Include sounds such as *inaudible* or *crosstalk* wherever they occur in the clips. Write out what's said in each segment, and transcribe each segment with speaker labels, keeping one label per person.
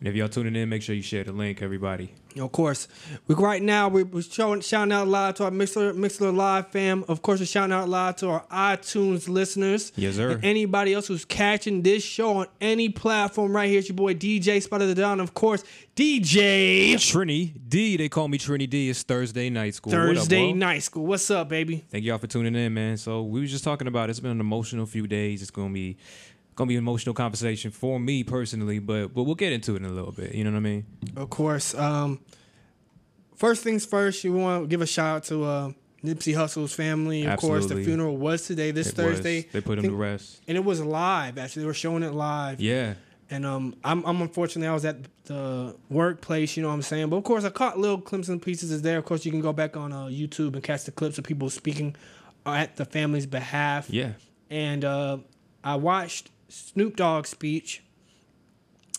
Speaker 1: And if y'all tuning in, make sure you share the link, everybody.
Speaker 2: Of course. We right now we- we're showing shouting out live to our Mixler Mixler Live fam. Of course, we're shouting out live to our iTunes listeners.
Speaker 1: Yes, sir.
Speaker 2: And anybody else who's catching this show on any platform right here, it's your boy DJ Spot of the Down. Of course, DJ
Speaker 1: Trini D, they call me Trini D. It's Thursday night school. What up,
Speaker 2: Thursday
Speaker 1: world?
Speaker 2: Night School. What's up, baby?
Speaker 1: Thank y'all for tuning in, man. So we was just talking about it's been an emotional few days. It's gonna be gonna be an emotional conversation for me personally, but but we'll get into it in a little bit. You know what I mean?
Speaker 2: Of course. Um, first things first, you want to give a shout out to uh, Nipsey Hussle's family. Of course, the
Speaker 1: Absolutely.
Speaker 2: funeral was today, this
Speaker 1: It was.
Speaker 2: Thursday.
Speaker 1: They put him
Speaker 2: Think-
Speaker 1: to rest.
Speaker 2: and it was live. Actually, they were showing it live.
Speaker 1: Yeah.
Speaker 2: And um, I'm, I'm unfortunately I was at the workplace, you know what I'm saying. But of course, I caught little Clemson pieces is there. Of course, you can go back on uh, YouTube and catch the clips of people speaking uh, at the family's behalf.
Speaker 1: Yeah.
Speaker 2: And uh, I watched Snoop Dogg's speech.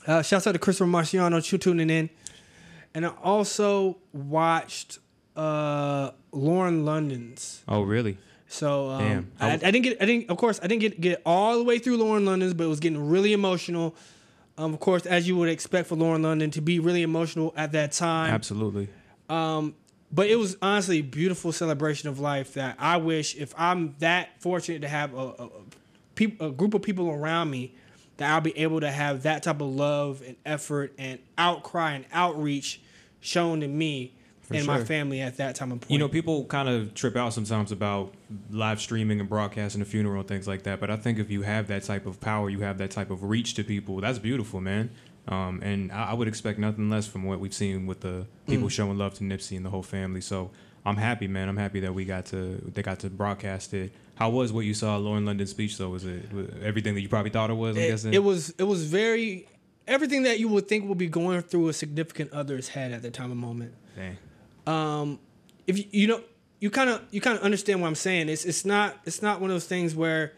Speaker 2: Uh, shouts out to Christopher Marciano, you tuning in. And I also watched uh, Lauren London's.
Speaker 1: Oh really?
Speaker 2: So um,
Speaker 1: Damn.
Speaker 2: I, I didn't get I didn't of course I didn't get get all the way through Lauren London's, but it was getting really emotional. Um, of course, as you would expect for Lauren London to be really emotional at that time.
Speaker 1: Absolutely.
Speaker 2: Um, but it was honestly a beautiful celebration of life that I wish if I'm that fortunate to have a, a, a, peop- a group of people around me that I'll be able to have that type of love and effort and outcry and outreach shown to me and my
Speaker 1: sure.
Speaker 2: family at that time of point.
Speaker 1: You know, people kind of trip out sometimes about live streaming and broadcasting a funeral and things like that. But I think if you have that type of power, you have that type of reach to people. That's beautiful, man. Um, and I, I would expect nothing less from what we've seen with the people
Speaker 2: Mm.
Speaker 1: showing love to Nipsey and the whole family. So I'm happy, man. I'm happy that we got to they got to broadcast it. How was what you saw at Lauren London's speech? Though was it was everything that you probably thought it was? I'm
Speaker 2: it,
Speaker 1: guessing
Speaker 2: it was it was very everything that you would think would be going through a significant other's head at the time of moment.
Speaker 1: Dang.
Speaker 2: Um, if you, you know you kind of you kind of understand what I'm saying. It's it's not it's not one of those things where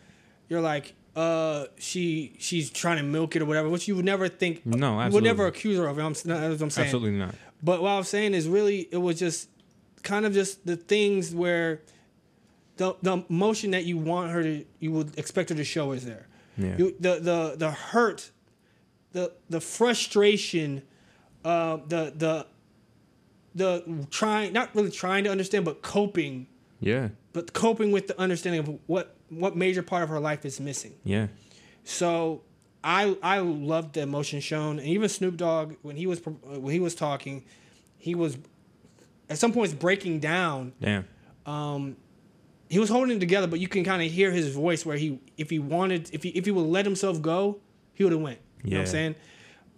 Speaker 2: you're like uh she she's trying to milk it or whatever, which you would never think.
Speaker 1: No,
Speaker 2: you would
Speaker 1: absolutely.
Speaker 2: never accuse her of. it. I'm s- that's what I'm saying.
Speaker 1: Absolutely not.
Speaker 2: But what I was saying is really it was just kind of just the things where the the emotion that you want her to you would expect her to show is there.
Speaker 1: Yeah.
Speaker 2: You, the the the hurt, the the frustration, uh, the the the trying not really trying to understand but coping
Speaker 1: Yeah,
Speaker 2: but coping with the understanding of what what major part of her life is missing.
Speaker 1: yeah.
Speaker 2: So I I loved the emotion shown, and even Snoop Dogg when he was pro- uh, when he was talking, he was at some points breaking down.
Speaker 1: Damn.
Speaker 2: He was holding it together, but you can kind of hear his voice where he if he wanted if he if he would let himself go, he would have went. You know what I'm
Speaker 1: Yeah.
Speaker 2: saying?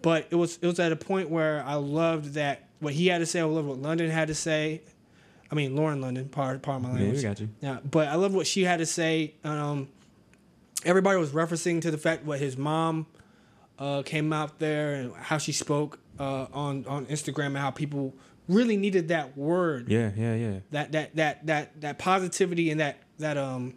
Speaker 2: But it was it was at a point where I loved that what he had to say. I loved what London had to say. I mean Lauren London, part part of my
Speaker 1: Yeah,
Speaker 2: language.
Speaker 1: we got you.
Speaker 2: Yeah, but I love what she had to say. Um, everybody was referencing to the fact what his mom uh, came out there and how she spoke uh, on on Instagram and how people really needed that word,
Speaker 1: Yeah, yeah, yeah.
Speaker 2: that that that that that positivity and that that um,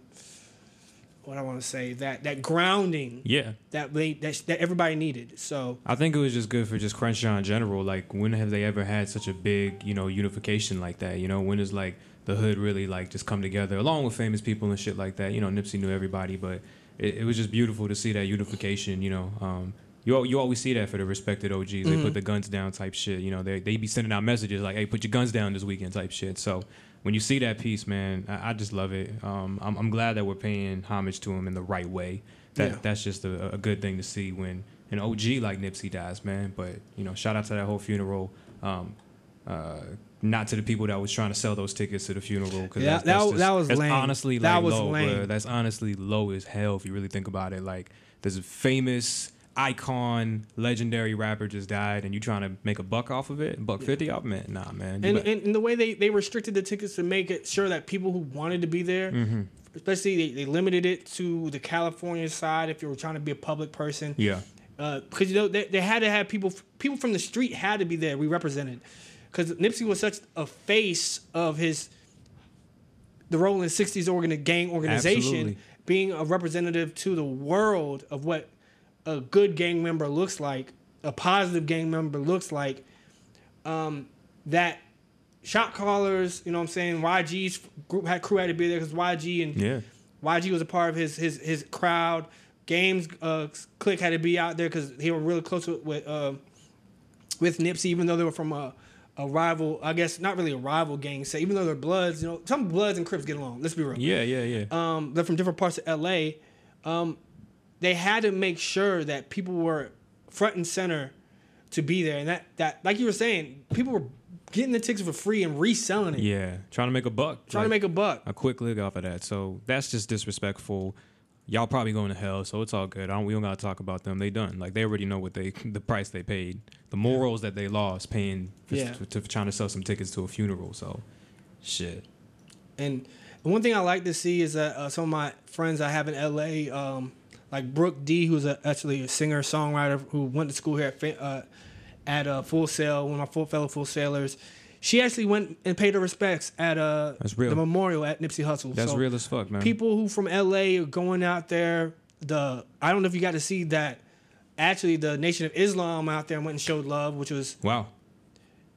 Speaker 2: what I want to say that that grounding
Speaker 1: Yeah.
Speaker 2: that they that, that everybody needed. So
Speaker 1: I think it was just good for just Crenshaw in general. Like, when have they ever had such a big, you know, unification like that? You know, when is like the hood really like just come together along with famous people and shit like that? You know, Nipsey knew everybody, but it, it was just beautiful to see that unification. You know, um, you al- you always see that for the respected OGs. They put the guns down type shit. You know, they they be sending out messages like, "Hey, put your guns down this weekend" type shit. So. When you see that piece, man, I, I just love it. Um, I'm, I'm glad that we're paying homage to him in the right way. That
Speaker 2: Yeah.
Speaker 1: that's just a, a good thing to see when an OG like Nipsey dies, man. But you know, shout out to that whole funeral. Um, uh, not to the people that was trying to sell those tickets to the funeral because
Speaker 2: Yeah,
Speaker 1: that's,
Speaker 2: that-
Speaker 1: that's just-
Speaker 2: that was
Speaker 1: that's
Speaker 2: lame.
Speaker 1: honestly
Speaker 2: That
Speaker 1: like,
Speaker 2: was
Speaker 1: low,
Speaker 2: lame.
Speaker 1: bruh. That's honestly low as hell if you really think about it. Like this famous icon, legendary rapper just died, and you trying to make a buck off of it, buck fifty off, man. Nah, man. You
Speaker 2: and,
Speaker 1: bet-
Speaker 2: and, and the way they, they restricted the tickets to make it sure that people who wanted to be there, especially they, they limited it to the California side if you were trying to be a public person.
Speaker 1: yeah,
Speaker 2: Because, Uh, you know, they, they had to have people, people from the street had to be there, we represented. Because Nipsey was such a face of his, the Rolling 60s organi- gang organization,
Speaker 1: Absolutely.
Speaker 2: being a representative to the world of what a good gang member looks like, a positive gang member looks like um, that shot callers, you know what I'm saying, YG's group had crew had to be there because YG and
Speaker 1: yeah,
Speaker 2: YG was a part of his his his crowd. Games uh, click had to be out there because he was really close with, with uh, with Nipsey, even though they were from a, a rival, I guess not really a rival gang. Say, even though they're Bloods, you know, some Bloods and Crips get along. Let's be real.
Speaker 1: Yeah, yeah, yeah.
Speaker 2: Um, they're from different parts of LA. Um, they had to make sure that people were front and center to be there, and that that like you were saying, people were getting the tickets for free and reselling it,
Speaker 1: yeah. Trying to make a buck.
Speaker 2: trying to
Speaker 1: like,
Speaker 2: make a buck.
Speaker 1: a quick lick off of that. So that's just disrespectful. Y'all probably going to hell, so it's all good. I don't, we don't gotta talk about them. They done. Like they already know what they *laughs* the price they paid, the morals that they lost paying for,
Speaker 2: Yeah.
Speaker 1: to, to- trying to sell some tickets to a funeral. So, shit.
Speaker 2: And one thing I like to see is that uh, some of my friends I have in LA, um, like Brooke D, who's a, actually a singer songwriter who went to school here at Fa- uh, at uh, Full Sail, one of my full fellow Full Sailors. She actually went and paid her respects at uh,
Speaker 1: That's real.
Speaker 2: the memorial at Nipsey Hussle.
Speaker 1: That's
Speaker 2: So
Speaker 1: real as fuck, man.
Speaker 2: People who from LA are going out there. The I don't know if you got to see that. Actually, the Nation of Islam out there went and showed love, which was
Speaker 1: wow,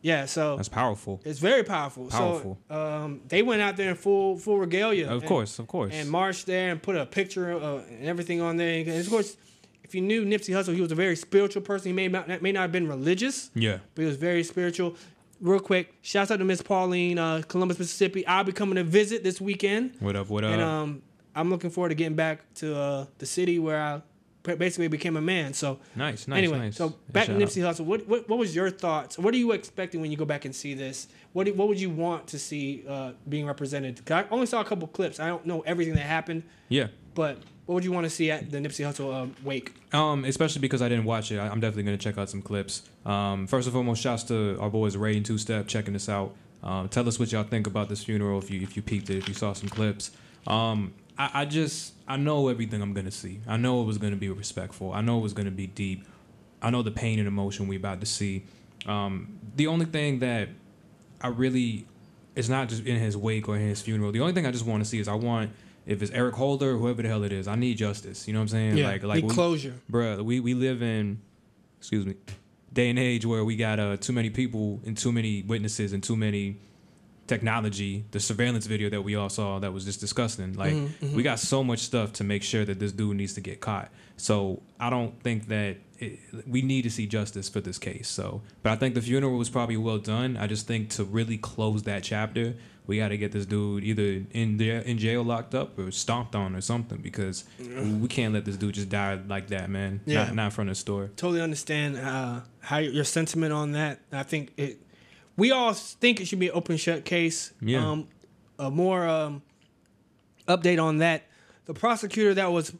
Speaker 2: yeah. So
Speaker 1: that's powerful.
Speaker 2: it's very powerful.
Speaker 1: Powerful.
Speaker 2: So um, they went out there in full full regalia.
Speaker 1: Of
Speaker 2: and-
Speaker 1: course, of course.
Speaker 2: and marched there and put a picture uh, and everything on there. And of course, if you knew Nipsey Hussle, he was a very spiritual person. He may not may not have been religious,
Speaker 1: yeah,
Speaker 2: but he was very spiritual. Real quick, shouts out to Miss Pauline, uh, Columbus, Mississippi. I'll be coming to visit this weekend,
Speaker 1: what up? What up?
Speaker 2: and um, I'm looking forward to getting back to uh, the city where I ba- basically became a man. So
Speaker 1: nice, nice,
Speaker 2: uh, anyway,
Speaker 1: nice.
Speaker 2: so
Speaker 1: Yeah,
Speaker 2: back to
Speaker 1: shout out.
Speaker 2: Nipsey Hussle. What, what what was your thoughts? What are you expecting when you go back and see this? What do- what would you want to see uh, being represented? 'Cause I only saw a couple clips. I don't know everything that happened,
Speaker 1: Yeah.
Speaker 2: but what would you want to see at the Nipsey Hussle um, wake?
Speaker 1: Um, especially because I didn't watch it. I, I'm definitely gonna check out some clips. Um, first and foremost, shouts to our boys Ray and Two Step checking this out. Um, tell us what y'all think about this funeral if you if you peeked it, if you saw some clips. Um, I, I just I know everything I'm gonna see. I know it was gonna be respectful. I know it was gonna be deep. I know the pain and emotion we about to see. Um, the only thing that I really it's not just in his wake or in his funeral. The only thing I just want to see is I want if it's Eric Holder, whoever the hell it is, I need justice. You know what I'm saying? like like
Speaker 2: the
Speaker 1: we-
Speaker 2: closure.
Speaker 1: bruh, we, we live in, excuse me, day and age where we got uh, too many people and too many witnesses and too many technology. The surveillance video that we all saw that was just disgusting. Like we got so much stuff to make sure that this dude needs to get caught. So I don't think that it, we need to see justice for this case. So, but I think the funeral was probably well done. I just think to really close that chapter. We got to get this dude either in there in jail, locked up, or stomped on, or something, because we can't let this dude just die like that, man.
Speaker 2: Yeah.
Speaker 1: Not, not in front of the store.
Speaker 2: Totally understand uh, how your your sentiment on that. I think it. We all think it should be an open shut case.
Speaker 1: Yeah.
Speaker 2: Um, a more um, update on that. The prosecutor that was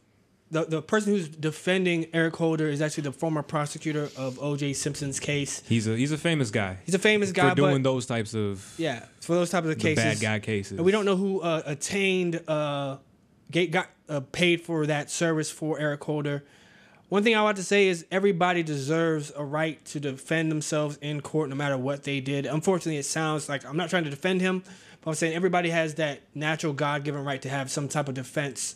Speaker 2: the, the person who's defending Eric Holder is actually the former prosecutor of O.J. Simpson's case.
Speaker 1: He's a he's a famous guy
Speaker 2: He's a famous guy,
Speaker 1: for doing
Speaker 2: but
Speaker 1: those types of
Speaker 2: yeah, for those types of
Speaker 1: the
Speaker 2: cases,
Speaker 1: bad guy cases.
Speaker 2: And we don't know who uh, attained, uh, ga- got uh, paid for that service for Eric Holder. One thing I want to say is everybody deserves a right to defend themselves in court, no matter what they did. Unfortunately, it sounds like I'm not trying to defend him, but I'm saying everybody has that natural God-given right to have some type of defense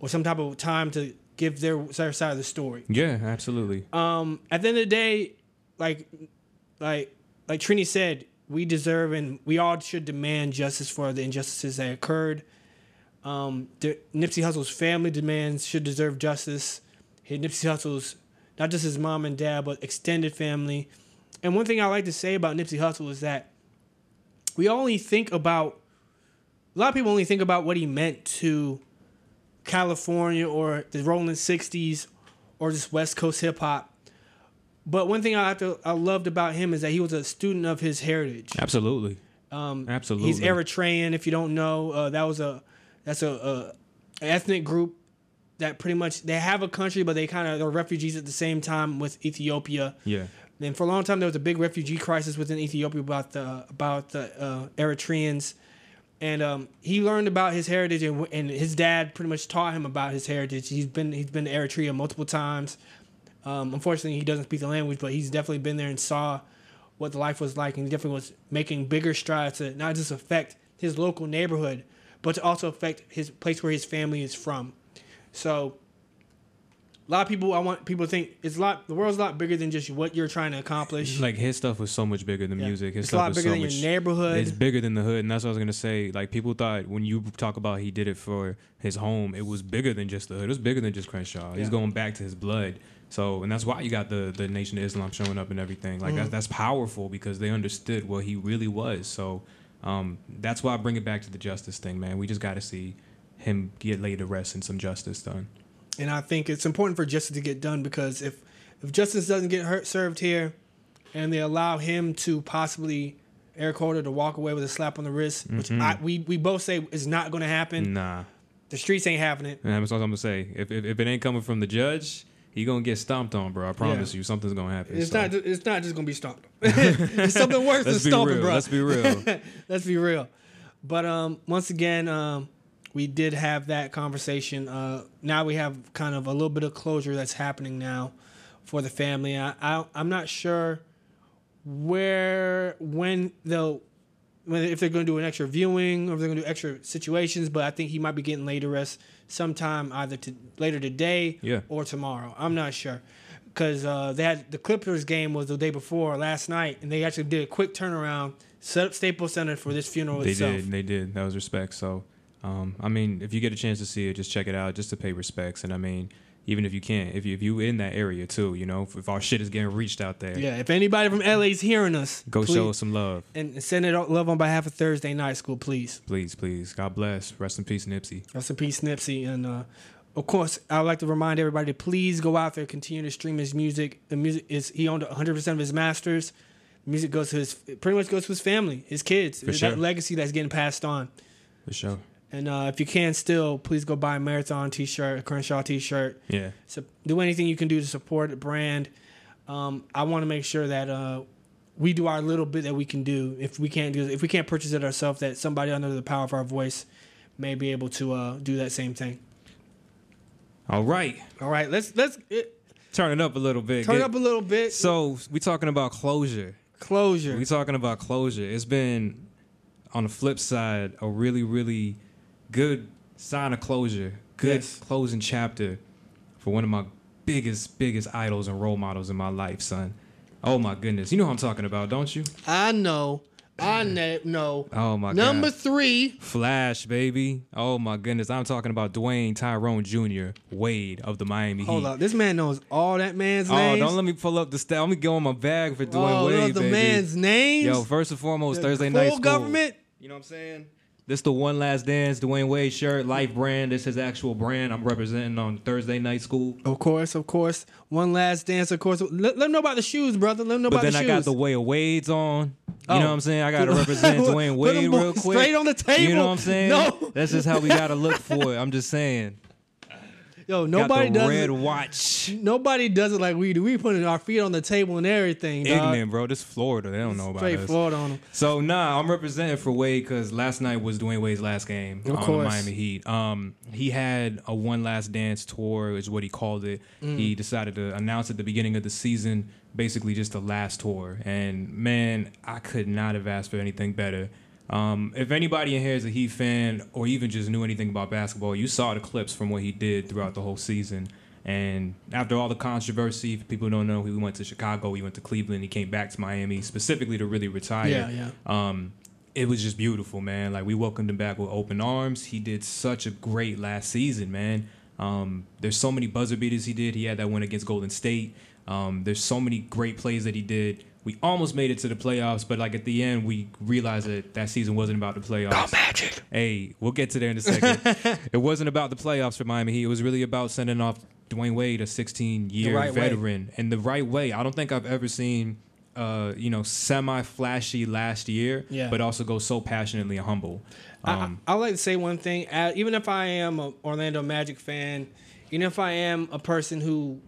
Speaker 2: or some type of time to give their, their side of the story
Speaker 1: Yeah, absolutely.
Speaker 2: um, at the end of the day, like, like, like Trini said, we deserve and we all should demand justice for the injustices that occurred. Um, the, Nipsey Hussle's family demands should deserve justice. Hey, Nipsey Hussle's not just his mom and dad, but extended family. And one thing I like to say about Nipsey Hussle is that we only think about a lot of people only think about what he meant to California or the rolling 60s or just West Coast hip hop. But one thing I have to, I loved about him is that he was a student of his heritage.
Speaker 1: absolutely.
Speaker 2: Um,
Speaker 1: Absolutely.
Speaker 2: He's Eritrean. If you don't know, uh, that was a that's a, a an ethnic group that pretty much they have a country, but they kind of they're refugees at the same time with Ethiopia.
Speaker 1: Yeah.
Speaker 2: And for a long time, there was a big refugee crisis within Ethiopia about the about the uh, Eritreans, and um, he learned about his heritage, and, wh- and his dad pretty much taught him about his heritage. He's been he's been to Eritrea multiple times. Um, unfortunately, he doesn't speak the language, but he's definitely been there and saw what the life was like, and he definitely was making bigger strides to not just affect his local neighborhood, but to also affect his place where his family is from. So a lot of people I want people to think it's a lot the world's a lot bigger than just what you're trying to accomplish.
Speaker 1: Like his stuff was so much bigger than
Speaker 2: Yeah.
Speaker 1: music. His
Speaker 2: it's a
Speaker 1: stuff
Speaker 2: lot
Speaker 1: was
Speaker 2: bigger
Speaker 1: so
Speaker 2: than
Speaker 1: much,
Speaker 2: your neighborhood.
Speaker 1: It's bigger than the hood, and that's what I was gonna say. Like people thought when you talk about he did it for his home, it was bigger than just the hood. It was bigger than just Crenshaw. He's
Speaker 2: Yeah.
Speaker 1: going back to his blood. So and that's why you got the the Nation of Islam showing up and everything. Like
Speaker 2: Mm.
Speaker 1: that's that's powerful because they understood what he really was. So um, that's why I bring it back to the justice thing, man. We just got to see him get laid to rest and some justice done.
Speaker 2: and I think it's important for justice to get done because if if justice doesn't get hurt, served here, and they allow him to possibly Eric Holder to walk away with a slap on the wrist, which
Speaker 1: Mm-hmm.
Speaker 2: I, we we both say is not going to happen.
Speaker 1: Nah,
Speaker 2: The streets ain't having it.
Speaker 1: and that's what I'm gonna say. If, if if it ain't coming from the judge, he gonna get stomped on, bro. I promise you, something's gonna happen.
Speaker 2: It's
Speaker 1: So,
Speaker 2: not. ju- It's not just gonna be stomped. *laughs* it's something worse than
Speaker 1: Let's be
Speaker 2: stomping,
Speaker 1: real.
Speaker 2: bro.
Speaker 1: Let's be
Speaker 2: *laughs*
Speaker 1: real.
Speaker 2: Let's be real. But um, once again, um, we did have that conversation. Uh, now we have kind of a little bit of closure that's happening now for the family. I, I I'm not sure where when they'll when if they're going to do an extra viewing or if they're going to do extra situations. But I think he might be getting later rest sometime either to later today
Speaker 1: Yeah.
Speaker 2: or tomorrow. I'm not sure. Because uh, they had the Clippers game was the day before last night, and they actually did a quick turnaround, set up Staples Center for this funeral
Speaker 1: They
Speaker 2: itself.
Speaker 1: did. They did. That was respect. So, um, I mean, if you get a chance to see it, just check it out, just to pay respects. And I mean, even if you can't, if you if you in that area too, you know, if, if our shit is getting reached out there,
Speaker 2: Yeah, if anybody from LA's hearing us,
Speaker 1: go
Speaker 2: please-
Speaker 1: show us some love,
Speaker 2: and send it out- love on behalf of Thursday Night School, please.
Speaker 1: please, please. God bless. Rest in peace, Nipsey.
Speaker 2: Rest in peace, Nipsey. And uh, of course, I'd like to remind everybody to please go out there, continue to stream his music. The music is he owned 100 percent of his masters. The music goes to his pretty much goes to his family, his kids. There's
Speaker 1: sure.
Speaker 2: That legacy that's getting passed on.
Speaker 1: For sure.
Speaker 2: And uh, if you can still, please go buy a Marathon T-shirt, a Crenshaw T-shirt.
Speaker 1: Yeah.
Speaker 2: So do anything you can do to support the brand. Um, I want to make sure that uh, we do our little bit that we can do. If we can't do, if we can't purchase it ourselves, that somebody under the power of our voice may be able to uh, do that same thing.
Speaker 1: All right.
Speaker 2: All right, let's let's it,
Speaker 1: Turn it up a little bit.
Speaker 2: turn
Speaker 1: Get-
Speaker 2: up a little bit.
Speaker 1: so we talking about closure.
Speaker 2: Closure.
Speaker 1: We talking about closure. It's been on the flip side a really really good sign of closure, good
Speaker 2: Yes.
Speaker 1: closing chapter for one of my biggest biggest idols and role models in my life, son. Oh my goodness, you know what I'm talking about, don't you?
Speaker 2: I know.
Speaker 1: *clears throat*
Speaker 2: I ne- know.
Speaker 1: Oh my
Speaker 2: Number
Speaker 1: god.
Speaker 2: three.
Speaker 1: Flash, baby. Oh my goodness. I'm talking about Dwayne Tyrone Jr., Wade of the Miami
Speaker 2: Hold
Speaker 1: Heat.
Speaker 2: up. This man knows all that man's
Speaker 1: Oh,
Speaker 2: names.
Speaker 1: don't let me pull up the stat. Let me go on my bag for Dwayne
Speaker 2: oh,
Speaker 1: Wade,
Speaker 2: knows the
Speaker 1: baby.
Speaker 2: man's names.
Speaker 1: Yo, first and foremost,
Speaker 2: The
Speaker 1: Thursday night
Speaker 2: full
Speaker 1: school.
Speaker 2: government.
Speaker 1: You know what I'm saying? This the one last dance, Dwayne Wade shirt, Life brand. This his actual brand. I'm representing on Thursday night school.
Speaker 2: Of course, of course. One last dance, of course. Let, let them know about the shoes, brother. Let them know
Speaker 1: But
Speaker 2: about
Speaker 1: then
Speaker 2: the
Speaker 1: I got
Speaker 2: shoes.
Speaker 1: the way of Wade's on. You know
Speaker 2: Oh.
Speaker 1: what I'm saying? I gotta
Speaker 2: *laughs*
Speaker 1: represent
Speaker 2: Put
Speaker 1: Dwayne
Speaker 2: them
Speaker 1: Wade
Speaker 2: boys
Speaker 1: real quick.
Speaker 2: straight on the
Speaker 1: You know
Speaker 2: table.
Speaker 1: what I'm saying?
Speaker 2: No.
Speaker 1: That's just how we gotta look for it. I'm just saying.
Speaker 2: Yo,
Speaker 1: Got
Speaker 2: nobody
Speaker 1: the
Speaker 2: does
Speaker 1: red
Speaker 2: it.
Speaker 1: watch.
Speaker 2: Nobody does it like we do. We putting our feet on the table and everything. dog.
Speaker 1: Ignorant, bro. This Florida. They don't know about
Speaker 2: Straight
Speaker 1: us.
Speaker 2: forward on them.
Speaker 1: So nah, I'm representing for Wade because last night was Dwayne Wade's last game on the
Speaker 2: course.
Speaker 1: Miami Heat. Um, he had a one last dance tour, is what he called it. He
Speaker 2: Mm.
Speaker 1: decided to announce at the beginning of the season, basically just the last tour. And man, I could not have asked for anything better. Um, if anybody in here is a Heat fan or even just knew anything about basketball, you saw the clips from what he did throughout the whole season. And after all the controversy, if people don't know, he went to Chicago, he went to Cleveland, he came back to Miami specifically to really retire.
Speaker 2: Yeah, yeah.
Speaker 1: Um, it was just beautiful, man. Like we welcomed him back with open arms. He did such a great last season, man. Um, there's so many buzzer beaters he did. He had that win against Golden State. Um, there's so many great plays that he did. We almost made it to the playoffs, but like at the end, we realized that that season wasn't about the playoffs.
Speaker 2: Magic.
Speaker 1: Hey, we'll get to there in a second.
Speaker 2: *laughs*
Speaker 1: it wasn't about the playoffs for Miami Heat. It was really about sending off Dwayne Wade, a 16 year
Speaker 2: The right way.
Speaker 1: veteran, and the right way. I don't think I've ever seen, uh, you know, semi flashy last year,
Speaker 2: Yeah.
Speaker 1: but also go so passionately humble. Um,
Speaker 2: I, I like to say one thing. Uh, Even if I am an Orlando Magic fan, even if I am a person who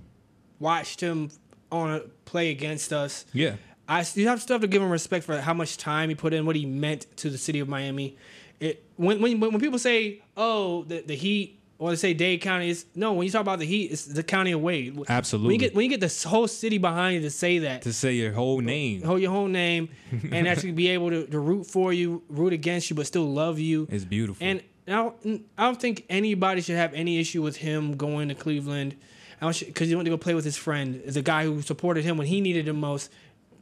Speaker 2: watched him on a play against us,
Speaker 1: yeah.
Speaker 2: I you have still have to give him respect for how much time he put in, what he meant to the city of Miami. It when when when people say oh the the Heat or they say Dade County is no when you talk about the Heat it's the county of Wade. When
Speaker 1: Absolutely.
Speaker 2: you get when you get this whole city behind you to say that,
Speaker 1: to say your whole name
Speaker 2: hold your
Speaker 1: *laughs*
Speaker 2: whole name, and actually be able to, to root for you, root against you, but still love you.
Speaker 1: is beautiful.
Speaker 2: And I don't, I don't think anybody should have any issue with him going to Cleveland because he went to go play with his friend, the guy who supported him when he needed him most,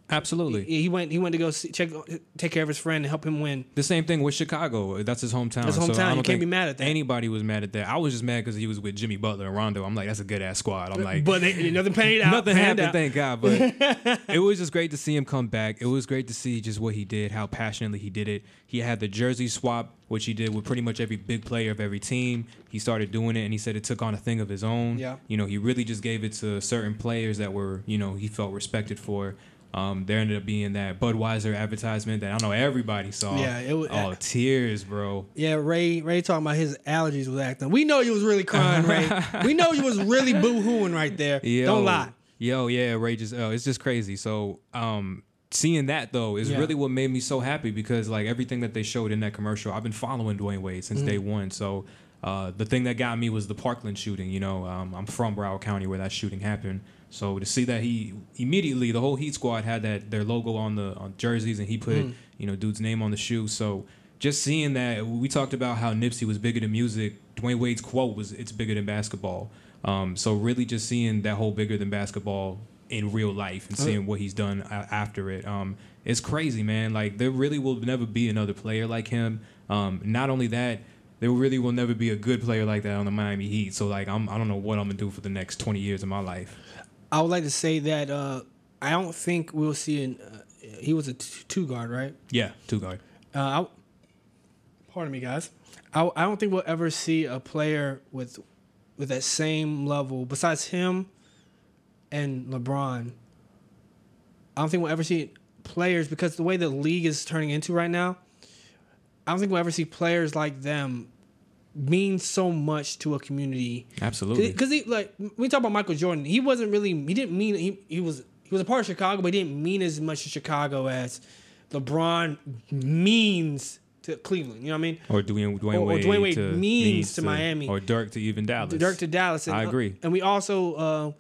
Speaker 1: Absolutely.
Speaker 2: He, he went. He went to go see, check, take care of his friend and help him win.
Speaker 1: The same thing with Chicago. That's his hometown.
Speaker 2: His hometown.
Speaker 1: So I don't
Speaker 2: You can't
Speaker 1: think
Speaker 2: be mad at that.
Speaker 1: Anybody was mad at that. I was just mad because he was with Jimmy Butler and Rondo. I'm like, that's a good ass squad. I'm like,
Speaker 2: But they, *laughs* nothing paid out.
Speaker 1: nothing
Speaker 2: panned
Speaker 1: happened,
Speaker 2: out.
Speaker 1: thank God. But
Speaker 2: *laughs*
Speaker 1: it was just great to see him come back. It was great to see just what he did, how passionately he did it. He had the jersey swap, which he did with pretty much every big player of every team. He started doing it, and he said it took on a thing of his own.
Speaker 2: Yeah.
Speaker 1: you know, he really just gave it to certain players that were, you know, he felt respected for. Um, there ended up being that Budweiser advertisement that I know everybody saw.
Speaker 2: Yeah, it was-
Speaker 1: oh tears, bro.
Speaker 2: Yeah, Ray. Ray talking about his allergies was acting. We know you was really
Speaker 1: *laughs*
Speaker 2: crying, Ray. we know you was really boo hooing right there.
Speaker 1: Yo.
Speaker 2: Don't lie.
Speaker 1: Yo, yeah, Ray just uh, it's just crazy. So, um seeing that though is
Speaker 2: Yeah.
Speaker 1: really what made me so happy because like everything that they showed in that commercial, I've been following Dwayne Wade since
Speaker 2: Mm.
Speaker 1: day one. So, uh the thing that got me was the Parkland shooting, you know. Um I'm from Broward County where that shooting happened. So to see that he immediately the whole Heat squad had that their logo on the on jerseys and he put,
Speaker 2: Mm.
Speaker 1: you know, dude's name on the shoe. So just seeing that we talked about how Nipsey was bigger than music. Dwayne Wade's quote was it's bigger than basketball. Um, so really just seeing that whole bigger than basketball in real life
Speaker 2: Uh.
Speaker 1: and seeing what he's done a- after it. Um, it's crazy, man. Like there really will never be another player like him. Um, not only that, there really will never be a good player like that on the Miami Heat. So like I'm I don't know what I'm gonna do for the next 20 years of my life.
Speaker 2: I would like to say that uh, I don't think we'll see an. Uh, he was a t- two guard, right?
Speaker 1: Yeah, two guard.
Speaker 2: Uh, I, pardon me, guys. I, I don't think we'll ever see a player with with that same level besides him and LeBron. I don't think we'll ever see players because the way the league is turning into right now. I don't think we'll ever see players like them mean so much to a community
Speaker 1: Absolutely.
Speaker 2: because he like we talk about Michael Jordan. He wasn't really. He didn't mean he, he was he was a part of Chicago, but he didn't mean as much to Chicago as LeBron means to Cleveland. You know what I mean?
Speaker 1: Or Dwayne, Dwayne
Speaker 2: Or- or
Speaker 1: Wade,
Speaker 2: Dwayne Wade means to Miami.
Speaker 1: or Dirk to even Dallas.
Speaker 2: Dirk to Dallas. And, uh,
Speaker 1: I agree.
Speaker 2: and we also uh,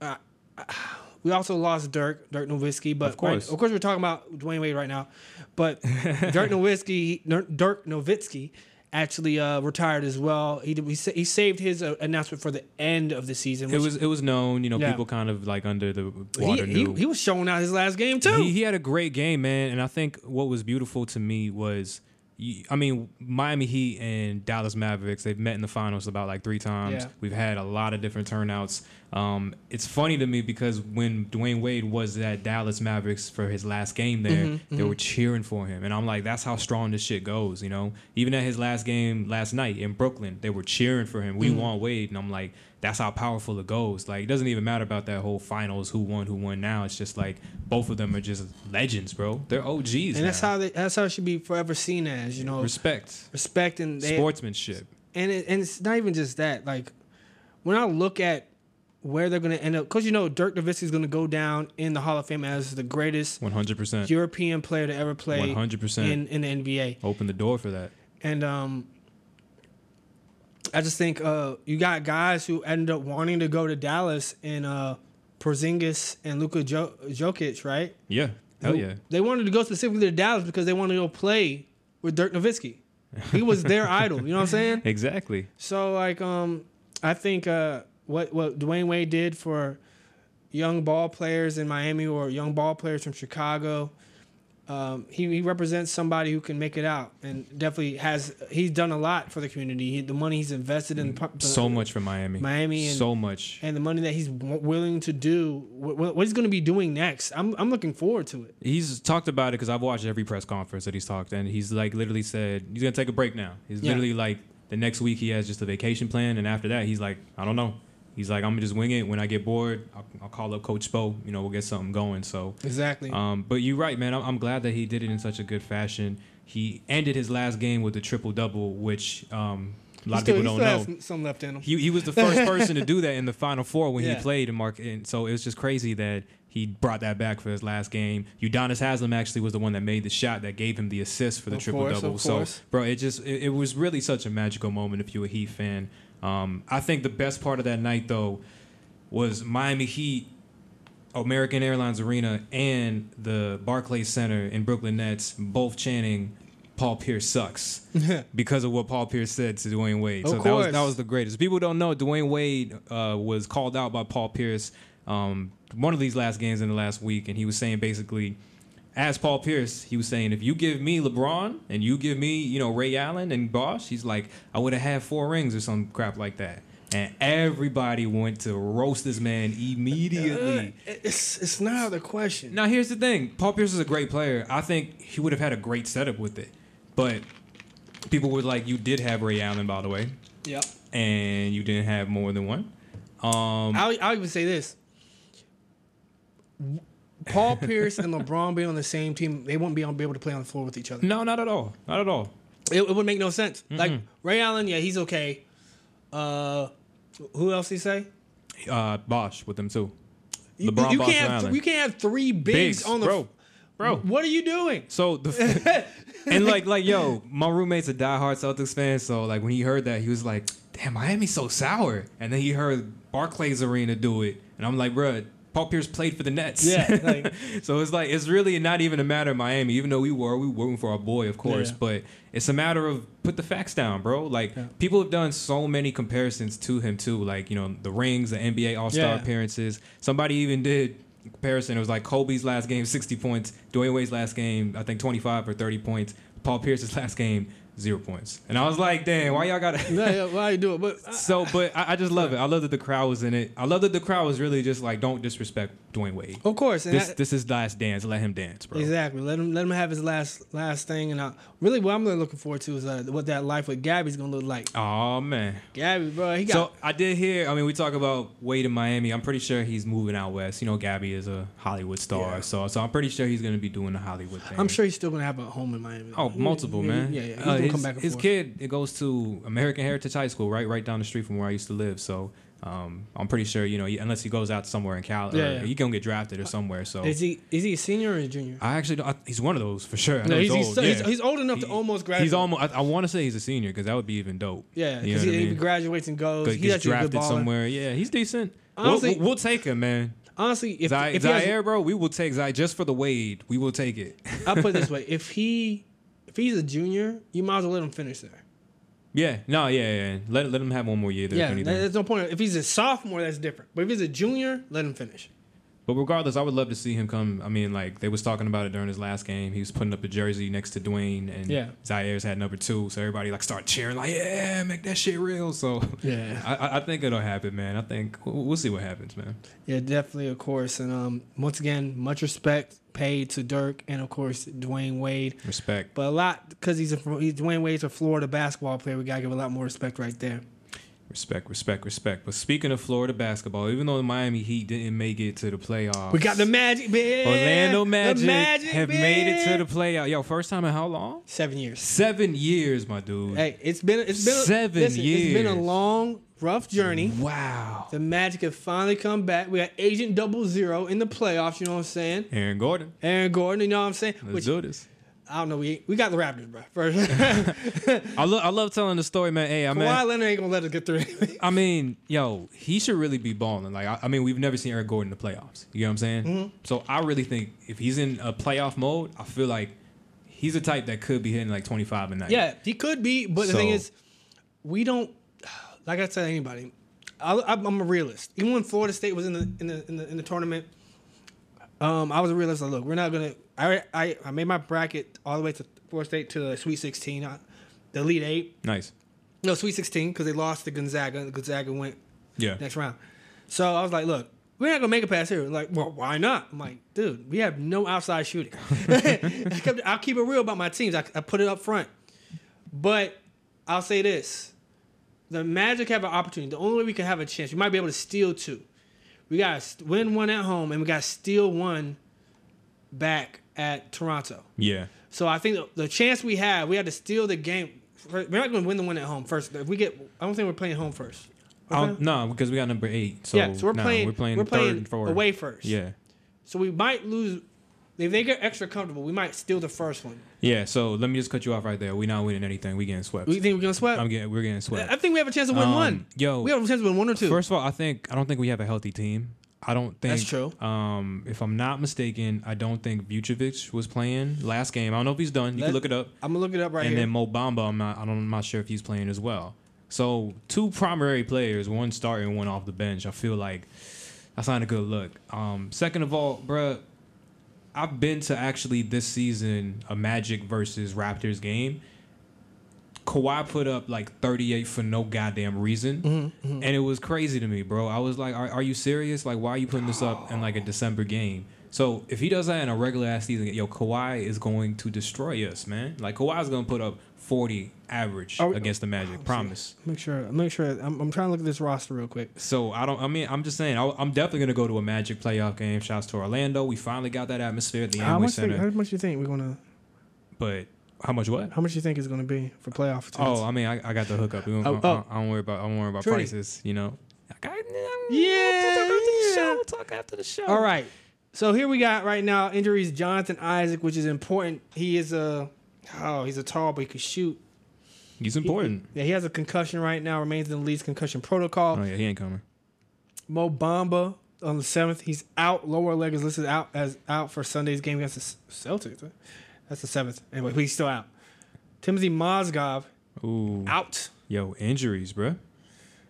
Speaker 2: uh, we also lost Dirk Dirk Nowitzki, but
Speaker 1: Of course.
Speaker 2: right- of course, we're talking about Dwayne Wade right now.
Speaker 1: *laughs*
Speaker 2: But Dirk Nowitzki, Dirk Nowitzki, actually uh, retired as well. He did, he, sa- he saved his uh, announcement for the end of the season.
Speaker 1: It
Speaker 2: which-
Speaker 1: was it was known, you know,
Speaker 2: Yeah.
Speaker 1: people kind of like under the
Speaker 2: he,
Speaker 1: water
Speaker 2: he,
Speaker 1: knew.
Speaker 2: he was showing out his last game too.
Speaker 1: He, he had a great game, man. And I think what was beautiful to me was, you- I mean, Miami Heat and Dallas Mavericks, they've met in the finals about like three times.
Speaker 2: Yeah.
Speaker 1: We've had a lot of different turnouts. Um, it's funny to me because when Dwayne Wade was at Dallas Mavericks for his last game there, they were cheering for him. And I'm like, that's how strong this shit goes, you know? Even at his last game last night in Brooklyn, they were cheering for him. We want Wade. And I'm like, that's how powerful it goes. Like, it doesn't even matter about that whole finals, who won, who won now. It's just like both of them are just legends, bro. They're OGs.
Speaker 2: and that's
Speaker 1: now.
Speaker 2: how they, that's how it should be forever seen as you know
Speaker 1: respect,
Speaker 2: respect and they,
Speaker 1: sportsmanship.
Speaker 2: and it, and it's not even just that. Like when I look at where they're going to end up, because you know Dirk Nowitzki is going to go down in the Hall of Fame as the greatest
Speaker 1: 100%.
Speaker 2: European player to ever play
Speaker 1: 100%.
Speaker 2: in in the NBA.
Speaker 1: Open the door for that.
Speaker 2: And um, I just think uh, you got guys who end up wanting to go to Dallas and uh, Porzingis and Luka jo- Jokic, right?
Speaker 1: Yeah. Hell
Speaker 2: who-
Speaker 1: yeah.
Speaker 2: They wanted to go specifically to Dallas because they wanted to go play with Dirk Nowitzki. He
Speaker 1: *laughs*
Speaker 2: was their idol. You know what I'm saying?
Speaker 1: Exactly.
Speaker 2: So like um I think uh what what Dwayne Wade did for young ball players in Miami or young ball players from Chicago um, he, he represents somebody who can make it out and definitely has he's done a lot for the community he, the money he's invested in pu-
Speaker 1: Mm, so much for Miami.
Speaker 2: Uh, Miami and-
Speaker 1: so much.
Speaker 2: and the money that he's w- willing to do wh- wh- what he's going to be doing next I'm, I'm looking forward to it
Speaker 1: He's talked about it because I've watched every press conference that he's talked, and he's like literally said he's gonna take a break now. He's
Speaker 2: Yeah.
Speaker 1: literally like the next week he has just a vacation plan, and after that he's like I don't know. He's like I'm gonna just wing it. When I get bored, I'll, I'll call up Coach Spo. You know, we'll get something going. So
Speaker 2: exactly
Speaker 1: Um, but you're right, man. I'm, I'm glad that he did it in such a good fashion. He ended his last game with a triple double, which um, a lot of people don't know.
Speaker 2: some left in him
Speaker 1: He, he was the first person to do that in the Final Four when
Speaker 2: Yeah.
Speaker 1: he played in Mark, and so it was just crazy that he brought that back for his last game. Udonis Haslam actually was the one that made the shot that gave him the assist for the
Speaker 2: Of
Speaker 1: triple
Speaker 2: course,
Speaker 1: double.
Speaker 2: of
Speaker 1: So,
Speaker 2: course.
Speaker 1: bro, it just it, it was really such a magical moment if you're a Heat fan. Um, I think the best part of that night though was Miami Heat American Airlines Arena and the Barclays Center in Brooklyn Nets both chanting Paul Pierce
Speaker 2: *laughs*
Speaker 1: sucks because of what Paul Pierce said to Dwayne Wade.
Speaker 2: Of
Speaker 1: so that was
Speaker 2: course.
Speaker 1: that was the greatest. People don't know Dwayne Wade uh, was called out by Paul Pierce um, one of these last games in the last week, and he was saying basically, as Paul Pierce, he was saying, if you give me LeBron and you give me, you know, Ray Allen and Bosh, he's like, I would have had four rings or some crap like that. And everybody went to roast this man immediately.
Speaker 2: It's it's not out of the question.
Speaker 1: Now here's the thing: Paul Pierce is a great player. I think he would have had a great setup with it, but people were like, "You did have Ray Allen, by the way,
Speaker 2: Yep.
Speaker 1: and you didn't have more than one." Um,
Speaker 2: I'll, I'll even say this.
Speaker 1: *laughs*
Speaker 2: Paul Pierce and LeBron being on the same team, they wouldn't be, on, be able to play on the floor with each other.
Speaker 1: no, not at all. Not at all.
Speaker 2: It, it would make no sense.
Speaker 1: Mm-hmm.
Speaker 2: Like Ray Allen, yeah, he's okay. Uh, who else he say?
Speaker 1: Uh, Bosch with them too.
Speaker 2: You-
Speaker 1: LeBron,
Speaker 2: you
Speaker 1: Bosh,
Speaker 2: can't
Speaker 1: and
Speaker 2: have
Speaker 1: Allen.
Speaker 2: you can't have three bigs,
Speaker 1: Bigs,
Speaker 2: on the
Speaker 1: bro.
Speaker 2: f-
Speaker 1: Bro.
Speaker 2: What are you
Speaker 1: *laughs*
Speaker 2: doing?
Speaker 1: So the
Speaker 2: *laughs*
Speaker 1: and like like yo, my roommate's a diehard Celtics fan. So like when he heard that, he was like, "Damn, Miami's so sour." And then he heard Barclays Arena do it, and I'm like, "Bruh, Paul Pierce played for the Nets." *laughs*
Speaker 2: Yeah, like- *laughs*
Speaker 1: so it's like it's really not even a matter of Miami, even though we were we were rooting for our boy, of course.
Speaker 2: Yeah.
Speaker 1: But it's a matter of put the facts down, bro. Like people have done so many comparisons to him too, like you know the rings, the NBA All Star
Speaker 2: Yeah.
Speaker 1: appearances. Somebody even did a comparison. It was like Kobe's last game, sixty points. Dwayne Wade's last game, I think twenty five or thirty points. Paul Pierce's last game, zero points. And I was like, damn, why y'all gotta? *laughs*
Speaker 2: *laughs* Yeah, yeah, why you do it? But uh,
Speaker 1: so, but I, I just love it. I love that the crowd was in it. I love that the crowd was really just like, don't disrespect Dwayne Wade.
Speaker 2: of course, and
Speaker 1: This
Speaker 2: that-
Speaker 1: this is last dance. Let him dance, bro.
Speaker 2: Exactly. Let him let him have his last last thing, and I, really, what I'm really looking forward to is uh, what that life with Gabby's gonna look like.
Speaker 1: Oh man.
Speaker 2: Gabby, bro, he got
Speaker 1: So I did hear. I mean, we talk about Wade in Miami. I'm pretty sure he's moving out west. You know, Gabby is a Hollywood star,
Speaker 2: Yeah.
Speaker 1: so so I'm pretty sure he's gonna be doing the Hollywood thing.
Speaker 2: I'm sure he's still gonna have a home in Miami.
Speaker 1: Oh, multiple,
Speaker 2: yeah,
Speaker 1: man.
Speaker 2: Yeah, yeah. He's
Speaker 1: Uh,
Speaker 2: gonna
Speaker 1: his,
Speaker 2: come back and
Speaker 1: his
Speaker 2: forth.
Speaker 1: kid it goes to American Heritage High School, right, right down the street from where I used to live. So um, I'm pretty sure, you know, he- unless he goes out somewhere in Cal,
Speaker 2: Yeah,
Speaker 1: or
Speaker 2: yeah.
Speaker 1: he gonna get drafted or somewhere. So
Speaker 2: Is he is he a senior or a junior?
Speaker 1: I actually, don't, I, he's one of those for sure. I know
Speaker 2: No, he's,
Speaker 1: he's,
Speaker 2: he's,
Speaker 1: old.
Speaker 2: so- he's,
Speaker 1: yeah.
Speaker 2: he's old enough to
Speaker 1: He-
Speaker 2: almost graduate.
Speaker 1: He's almost. I, I want to say he's a senior because that would be even dope.
Speaker 2: yeah,
Speaker 1: You know
Speaker 2: because
Speaker 1: what I
Speaker 2: he, he
Speaker 1: mean?
Speaker 2: graduates and goes.
Speaker 1: 'Cause
Speaker 2: He's
Speaker 1: he gets
Speaker 2: actually a good
Speaker 1: drafted
Speaker 2: baller.
Speaker 1: somewhere. Yeah, he's decent. We'll-
Speaker 2: Honestly-
Speaker 1: we'll, we'll take him, man.
Speaker 2: Honestly, if,
Speaker 1: Zaire,
Speaker 2: if he has-
Speaker 1: Zaire, bro, we will take Zaire just for the Wade. We will take it. *laughs*
Speaker 2: I'll put it this way: if he if he's a junior, you might as well let him finish there.
Speaker 1: yeah, no, yeah, yeah. Let let him have one more year there. if
Speaker 2: Yeah,
Speaker 1: anything.
Speaker 2: there's no point. If he's a sophomore, that's different. But if he's a junior, let him finish.
Speaker 1: But regardless, I would love to see him come. I mean, like they was talking about it during his last game. He was putting up a jersey next to Dwayne, and
Speaker 2: Yeah.
Speaker 1: Zaire's had number two, so everybody like started cheering, like, "Yeah, make that shit real." So
Speaker 2: Yeah.
Speaker 1: *laughs* I- I, I think it'll happen, man. I think we'll we'll see what happens, man.
Speaker 2: Yeah, definitely, of course. And um, once again, much respect paid to Dirk and, of course, Dwayne Wade.
Speaker 1: Respect.
Speaker 2: But a lot, because he's a he's, Dwayne Wade's a Florida basketball player, we got to give a lot more respect right there.
Speaker 1: Respect, respect, respect. But speaking of Florida basketball, even though the Miami Heat didn't make it to the playoffs,
Speaker 2: We got the Magic, man.
Speaker 1: Orlando
Speaker 2: The
Speaker 1: Magic, have
Speaker 2: man.
Speaker 1: made it to the playoff. Yo, first time in how long?
Speaker 2: Seven years.
Speaker 1: Seven years, my dude.
Speaker 2: Hey, it's been, it's been, a-
Speaker 1: Seven
Speaker 2: listen, It's been a
Speaker 1: years.
Speaker 2: long, rough journey.
Speaker 1: Wow.
Speaker 2: The Magic have finally come back. We got Agent Double Zero in the playoffs, you know what I'm saying?
Speaker 1: Aaron Gordon,
Speaker 2: Aaron Gordon, you know what I'm saying?
Speaker 1: let's
Speaker 2: Which,
Speaker 1: do this.
Speaker 2: I don't know. We, we got the Raptors, bro. First. *laughs*
Speaker 1: I love I love telling the story, *laughs* man. Hey, I mean,
Speaker 2: Kawhi Leonard ain't going to let us get through it.
Speaker 1: I mean, yo, he should really be balling. Like, I, I mean, we've never seen Eric Gordon in the playoffs. You know what I'm saying?
Speaker 2: Mm-hmm.
Speaker 1: So I really think if he's in a playoff mode, I feel like he's a type that could be hitting like 25 a night.
Speaker 2: Yeah, he could be, but the thing
Speaker 1: So-
Speaker 2: is, we don't. *sighs* Like I tell anybody, I, I'm I'm a realist. Even when Florida State was in the in the in the, in the tournament, um, I was a realist. Like, look, we're not gonna. I, already- I I made my bracket all the way to Florida State to the Sweet 16, uh, the Elite Eight.
Speaker 1: Nice.
Speaker 2: No, Sweet 16 because they lost to Gonzaga. and Gonzaga went
Speaker 1: Yeah.
Speaker 2: next round. So I was like, look, we're not gonna make a pass here. Like, well, why not? I'm like, dude, we have no outside shooting. *laughs* I kept, I'll keep it real about my teams. I, I put it up front, but I'll say this: the Magic have an opportunity. The only way we can have a chance, we might be able to steal two. We got to win one at home, and we got to steal one back at Toronto.
Speaker 1: Yeah.
Speaker 2: So I think the, the chance we have, we had to steal the game. We're not going to win the one at home first. If we get, I don't think we're playing home first. We're
Speaker 1: Um,
Speaker 2: playing-
Speaker 1: no, because we got number eight. So,
Speaker 2: yeah, so we're
Speaker 1: nah,
Speaker 2: playing.
Speaker 1: We're playing third and fourth.
Speaker 2: away first.
Speaker 1: Yeah.
Speaker 2: So we might lose. If they get extra comfortable, we might steal the first one.
Speaker 1: Yeah. So let me just cut you off right there. We're not winning anything. We getting swept.
Speaker 2: We think we're gonna sweat.
Speaker 1: I'm getting. We're getting
Speaker 2: I
Speaker 1: swept.
Speaker 2: think we have a chance to win
Speaker 1: Um,
Speaker 2: one.
Speaker 1: yo.
Speaker 2: we have a chance to win one or two.
Speaker 1: First of all, I think I don't think we have a healthy team. I don't think
Speaker 2: That's true.
Speaker 1: Um, if I'm not mistaken, I don't think Vucevic was playing last game. I don't know if he's done. You
Speaker 2: Let-
Speaker 1: can look it up.
Speaker 2: I'm gonna look it up right
Speaker 1: and
Speaker 2: here.
Speaker 1: then Mo Bamba, I'm not, I don't, I'm not sure if he's playing as well. So two primary players, one starting, one off the bench. I feel like That's not a good look. Um, second of all, bruh, I've been to actually this season a Magic versus Raptors game. Kawhi put up like 38 for no goddamn reason,
Speaker 2: Mm-hmm,
Speaker 1: and it was crazy to me, bro. I was like, are, "Are you serious? Like, why are you putting this up in like a December game?" So if he does that in a regular ass season, yo, Kawhi is going to destroy us, man. Like Kawhi is gonna put up 40 average
Speaker 2: Are we- Oh,
Speaker 1: against the Magic, promise.
Speaker 2: Make sure, make sure. I'm, I'm trying to look at this roster real quick.
Speaker 1: So I don't. I mean, I'm just saying. I, I'm definitely gonna go to a Magic playoff game. Shouts to Orlando. We finally got that atmosphere at the
Speaker 2: how
Speaker 1: Amway
Speaker 2: much? think-
Speaker 1: Center.
Speaker 2: how much you think we're gonna?
Speaker 1: but how much? What?
Speaker 2: How much you think it's gonna be for playoff?
Speaker 1: Oh,
Speaker 2: attendance?
Speaker 1: I mean, I, I got the hookup. We don't,
Speaker 2: Oh,
Speaker 1: I,
Speaker 2: oh.
Speaker 1: I don't worry about. I don't worry about
Speaker 2: Trudy.
Speaker 1: prices. You know. I got-
Speaker 2: Yeah, yeah.
Speaker 1: We'll talk after the show.
Speaker 2: All right. So here we got right now injuries Jonathan Isaac, which is important. He is a oh, he's a tall, but he can shoot.
Speaker 1: He's important.
Speaker 2: Yeah, he has a concussion right now, remains in the league's concussion protocol.
Speaker 1: Oh yeah, he ain't coming.
Speaker 2: Mo Bamba on the seventh, he's out. Lower leg is listed out as out for Sunday's game against the C- Celtics. huh? That's the seventh. Anyway, but he's still out. Timothy Mozgov
Speaker 1: Ooh.
Speaker 2: out.
Speaker 1: Yo, injuries, bruh. *laughs*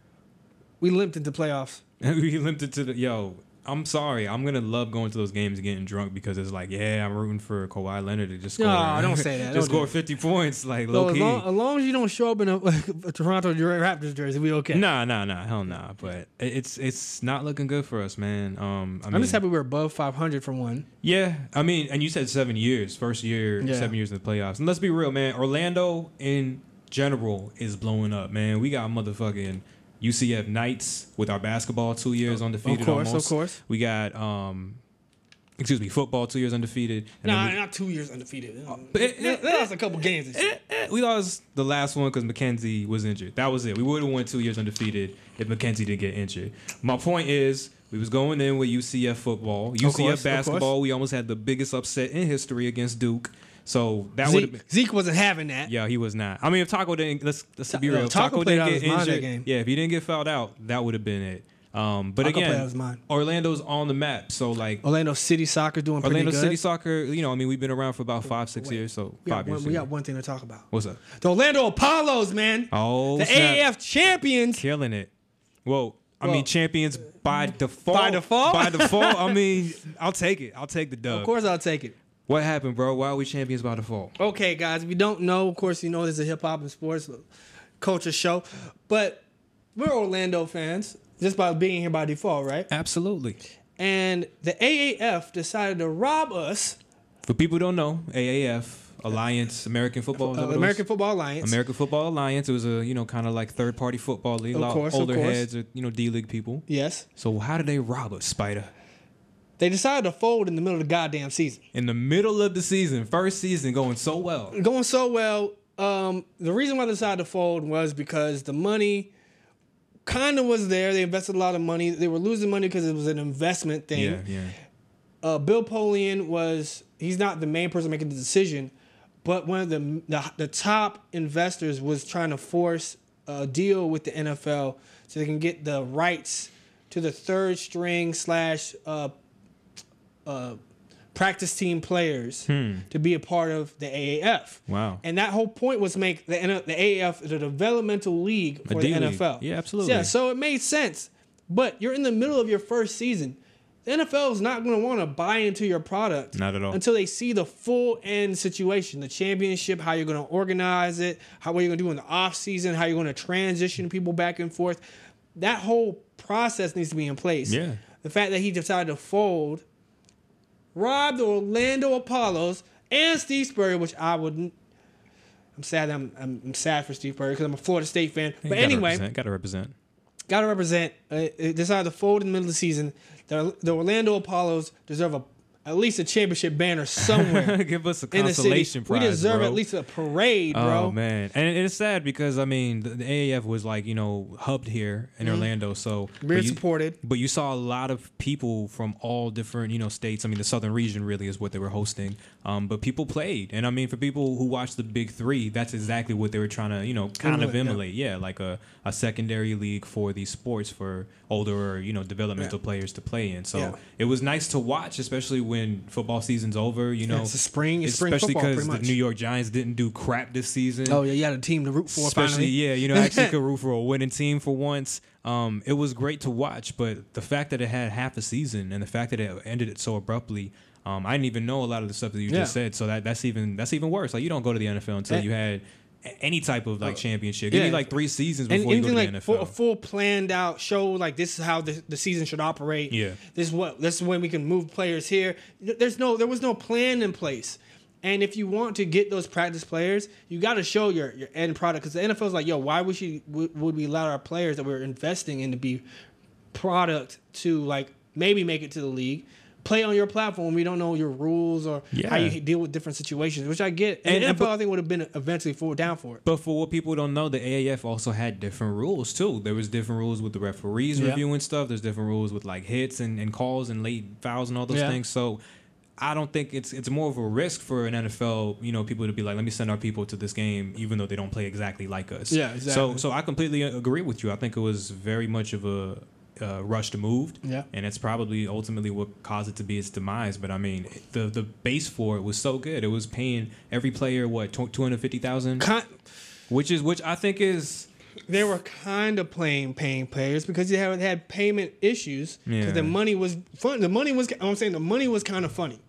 Speaker 2: We limped into playoffs.
Speaker 1: we limited to the yo. I'm sorry. I'm gonna love going to those games and getting drunk because it's like, yeah, I'm rooting for Kawhi Leonard to just score.
Speaker 2: No,
Speaker 1: *laughs*
Speaker 2: don't say that. Don't do
Speaker 1: just score
Speaker 2: it.
Speaker 1: 50 points, like
Speaker 2: So
Speaker 1: low
Speaker 2: as
Speaker 1: key.
Speaker 2: long, as long as you don't show up in a, *laughs* a Toronto Raptors jersey, we okay.
Speaker 1: Nah, nah, nah, hell nah. But it- it's it's not looking good for us, man. Um, I
Speaker 2: I'm
Speaker 1: mean,
Speaker 2: just happy we're above 500 for one.
Speaker 1: Yeah, I mean, and you said seven years, first year,
Speaker 2: Yeah.
Speaker 1: seven years in the playoffs. And let's be real, man. Orlando in general is blowing up, man. We got motherfucking UCF Knights with our basketball two years undefeated.
Speaker 2: of course,
Speaker 1: almost.
Speaker 2: of course.
Speaker 1: We got um, excuse me, football two years undefeated. And
Speaker 2: Nah,
Speaker 1: then
Speaker 2: not two years undefeated.
Speaker 1: but it-
Speaker 2: They-
Speaker 1: it-
Speaker 2: they lost a couple games. This year.
Speaker 1: we, eh, we lost the last one because McKenzie was injured. That was it. We would have won two years undefeated if McKenzie didn't get injured. My point is. We was going in with UCF football, UCF
Speaker 2: course, of
Speaker 1: basketball.
Speaker 2: course.
Speaker 1: We almost had the biggest upset in history against Duke. So that would have been
Speaker 2: Zeke, Zeke wasn't having that.
Speaker 1: yeah, he was not. I mean, if Taco didn't, let's let's be real.
Speaker 2: Ta- no,
Speaker 1: if
Speaker 2: Uh, Taco
Speaker 1: Taco,
Speaker 2: played
Speaker 1: didn't
Speaker 2: out
Speaker 1: get
Speaker 2: his mind that
Speaker 1: injured.
Speaker 2: game.
Speaker 1: Yeah, if he didn't get fouled out, that would have been it. Um, but
Speaker 2: Taco played out
Speaker 1: again,
Speaker 2: his mind.
Speaker 1: Orlando's on the map, so like
Speaker 2: Orlando City Soccer doing
Speaker 1: Orlando
Speaker 2: pretty good.
Speaker 1: City Soccer. You know, I mean, we've been around for about five, six
Speaker 2: Wait,
Speaker 1: years, so
Speaker 2: we,
Speaker 1: five
Speaker 2: got one,
Speaker 1: years.
Speaker 2: we
Speaker 1: yeah.
Speaker 2: got one thing to talk about.
Speaker 1: What's up?
Speaker 2: The Orlando Apollos, man.
Speaker 1: Oh,
Speaker 2: the
Speaker 1: snap.
Speaker 2: AAF champions.
Speaker 1: killing it. Well, I
Speaker 2: Well, uh,
Speaker 1: mean, champions by default.
Speaker 2: by default?
Speaker 1: by default.
Speaker 2: *laughs*
Speaker 1: I mean, I'll take it. I'll take the dub.
Speaker 2: Of course, I'll take it.
Speaker 1: What happened, bro? Why are we champions by default?
Speaker 2: Okay, guys, if you don't know, of course, you know this is a hip hop and sports culture show, but we're Orlando fans just by being here by default, right?
Speaker 1: Absolutely.
Speaker 2: And the AAF decided to rob us,
Speaker 1: For people who don't know, AAF Alliance American Football. is that
Speaker 2: uh,
Speaker 1: what it was?
Speaker 2: American Football Alliance.
Speaker 1: American Football Alliance. It was a you know kind of like third party football league.
Speaker 2: Of
Speaker 1: A lot
Speaker 2: course, of
Speaker 1: older
Speaker 2: course.
Speaker 1: heads or you know D league people.
Speaker 2: yes.
Speaker 1: So how did they rob us, Spider?
Speaker 2: They decided to fold in the middle of the goddamn season.
Speaker 1: In the middle of the season, first season going so well.
Speaker 2: Going so well, um, the reason why they decided to fold was because the money kind of was there. They invested a lot of money. They were losing money because it was an investment thing.
Speaker 1: Yeah, yeah.
Speaker 2: Uh, Bill Polian was, he's not the main person making the decision, but one of the, the, the top investors was trying to force a deal with the NFL so they can get the rights to the third string slash uh, uh, practice team players to be a part of the AAF.
Speaker 1: Hmm. Wow.
Speaker 2: And that whole point was make the, N- the AAF the developmental league for the
Speaker 1: D-League.
Speaker 2: NFL.
Speaker 1: Yeah, absolutely.
Speaker 2: Yeah, so it made sense. But you're in the middle of your first season. The NFL is not going to want to buy into your product.
Speaker 1: Not at all.
Speaker 2: Until they see the full end situation, the championship, how you're going to organize it, how what you're going to do in the off season, how you're going to transition people back and forth. That whole process needs to be in place.
Speaker 1: Yeah.
Speaker 2: The fact that he decided to fold rob the Orlando Apollos and Steve Spurrier, which I wouldn't. I'm sad. I'm, I'm, I'm sad for Steve Spurrier because I'm a Florida State fan. But
Speaker 1: gotta
Speaker 2: anyway,
Speaker 1: represent, gotta represent. *laughs*
Speaker 2: got to represent. Uh, it decided to fold in the middle of the season. The, the Orlando Apollos deserve a at least a championship
Speaker 1: *laughs*
Speaker 2: banner somewhere
Speaker 1: Give us a
Speaker 2: in the
Speaker 1: consolation
Speaker 2: city.
Speaker 1: prize.
Speaker 2: we deserve
Speaker 1: bro.
Speaker 2: at least a parade, bro.
Speaker 1: Oh man, and it- it's sad because I mean the, the AAF was like you know hubbed here in Orlando, so but
Speaker 2: Mm-hmm. Very
Speaker 1: you-
Speaker 2: supported.
Speaker 1: But you saw a lot of people from all different you know states. I mean the southern region really is what they were hosting. Um, but people played, and I mean for people who watch the Big Three, that's exactly what they were trying to you know kind of
Speaker 2: Emulate, yeah.
Speaker 1: emulate. Yeah, like a, a secondary league for these sports for older you know developmental players to play in. So
Speaker 2: Yeah.
Speaker 1: it was nice to watch, especially when when football season's over. You know,
Speaker 2: Yeah, it's the spring- it's spring
Speaker 1: especially
Speaker 2: football,
Speaker 1: because
Speaker 2: pretty
Speaker 1: the
Speaker 2: much.
Speaker 1: New York Giants didn't do crap this season.
Speaker 2: Oh yeah, you had a team to root for.
Speaker 1: Especially,
Speaker 2: finally.
Speaker 1: yeah, you know,
Speaker 2: *laughs*
Speaker 1: actually could root for a winning team for once. Um, it was great to watch, but the fact that it had half a season and the fact that it ended it so abruptly, um, I didn't even know a lot of the stuff that you
Speaker 2: Yeah.
Speaker 1: just said. So that that's even that's even worse. Like you don't go to the NFL until
Speaker 2: And-
Speaker 1: you had a- any type of like championship. Give me
Speaker 2: Uh, yeah.
Speaker 1: like three seasons
Speaker 2: and
Speaker 1: before you go
Speaker 2: anything
Speaker 1: to
Speaker 2: like
Speaker 1: the NFL.
Speaker 2: full, a full planned out show like this is how the, the season should operate
Speaker 1: Yeah.
Speaker 2: this is what this is when we can move players here Th- there's no there was no plan in place and if you want to get those practice players you got to show your, your end product because the nfl's like yo why would you would, would we allow our players that we're investing in to be product to like maybe make it to the league play on your platform we don't know your rules or
Speaker 1: Yeah.
Speaker 2: how you deal with different situations which i get and,
Speaker 1: And- and
Speaker 2: the nfl
Speaker 1: but-
Speaker 2: i think would have been eventually for down for it
Speaker 1: But for what people don't know, the AAF also had different rules too. There was different rules with the referees
Speaker 2: Yeah.
Speaker 1: reviewing stuff. There's different rules with like hits and, and calls and late fouls and all those
Speaker 2: Yeah.
Speaker 1: things. So I don't think it's it's more of a risk for an NFL, you know, people to be like, let me send our people to this game, even though they don't play exactly like us.
Speaker 2: Yeah,
Speaker 1: So
Speaker 2: exactly.
Speaker 1: so I completely agree with you. I think it was very much of a uh, rushed move.
Speaker 2: Yeah.
Speaker 1: And that's probably ultimately what caused it to be its demise. But I mean, the the base for it was so good. It was paying every player what two hundred fifty thousand
Speaker 2: Con-
Speaker 1: which is which I think is
Speaker 2: they were kind of playing paying players because they had had payment issues because
Speaker 1: Yeah.
Speaker 2: the money was fun. The money was I'm saying the money was kind of funny.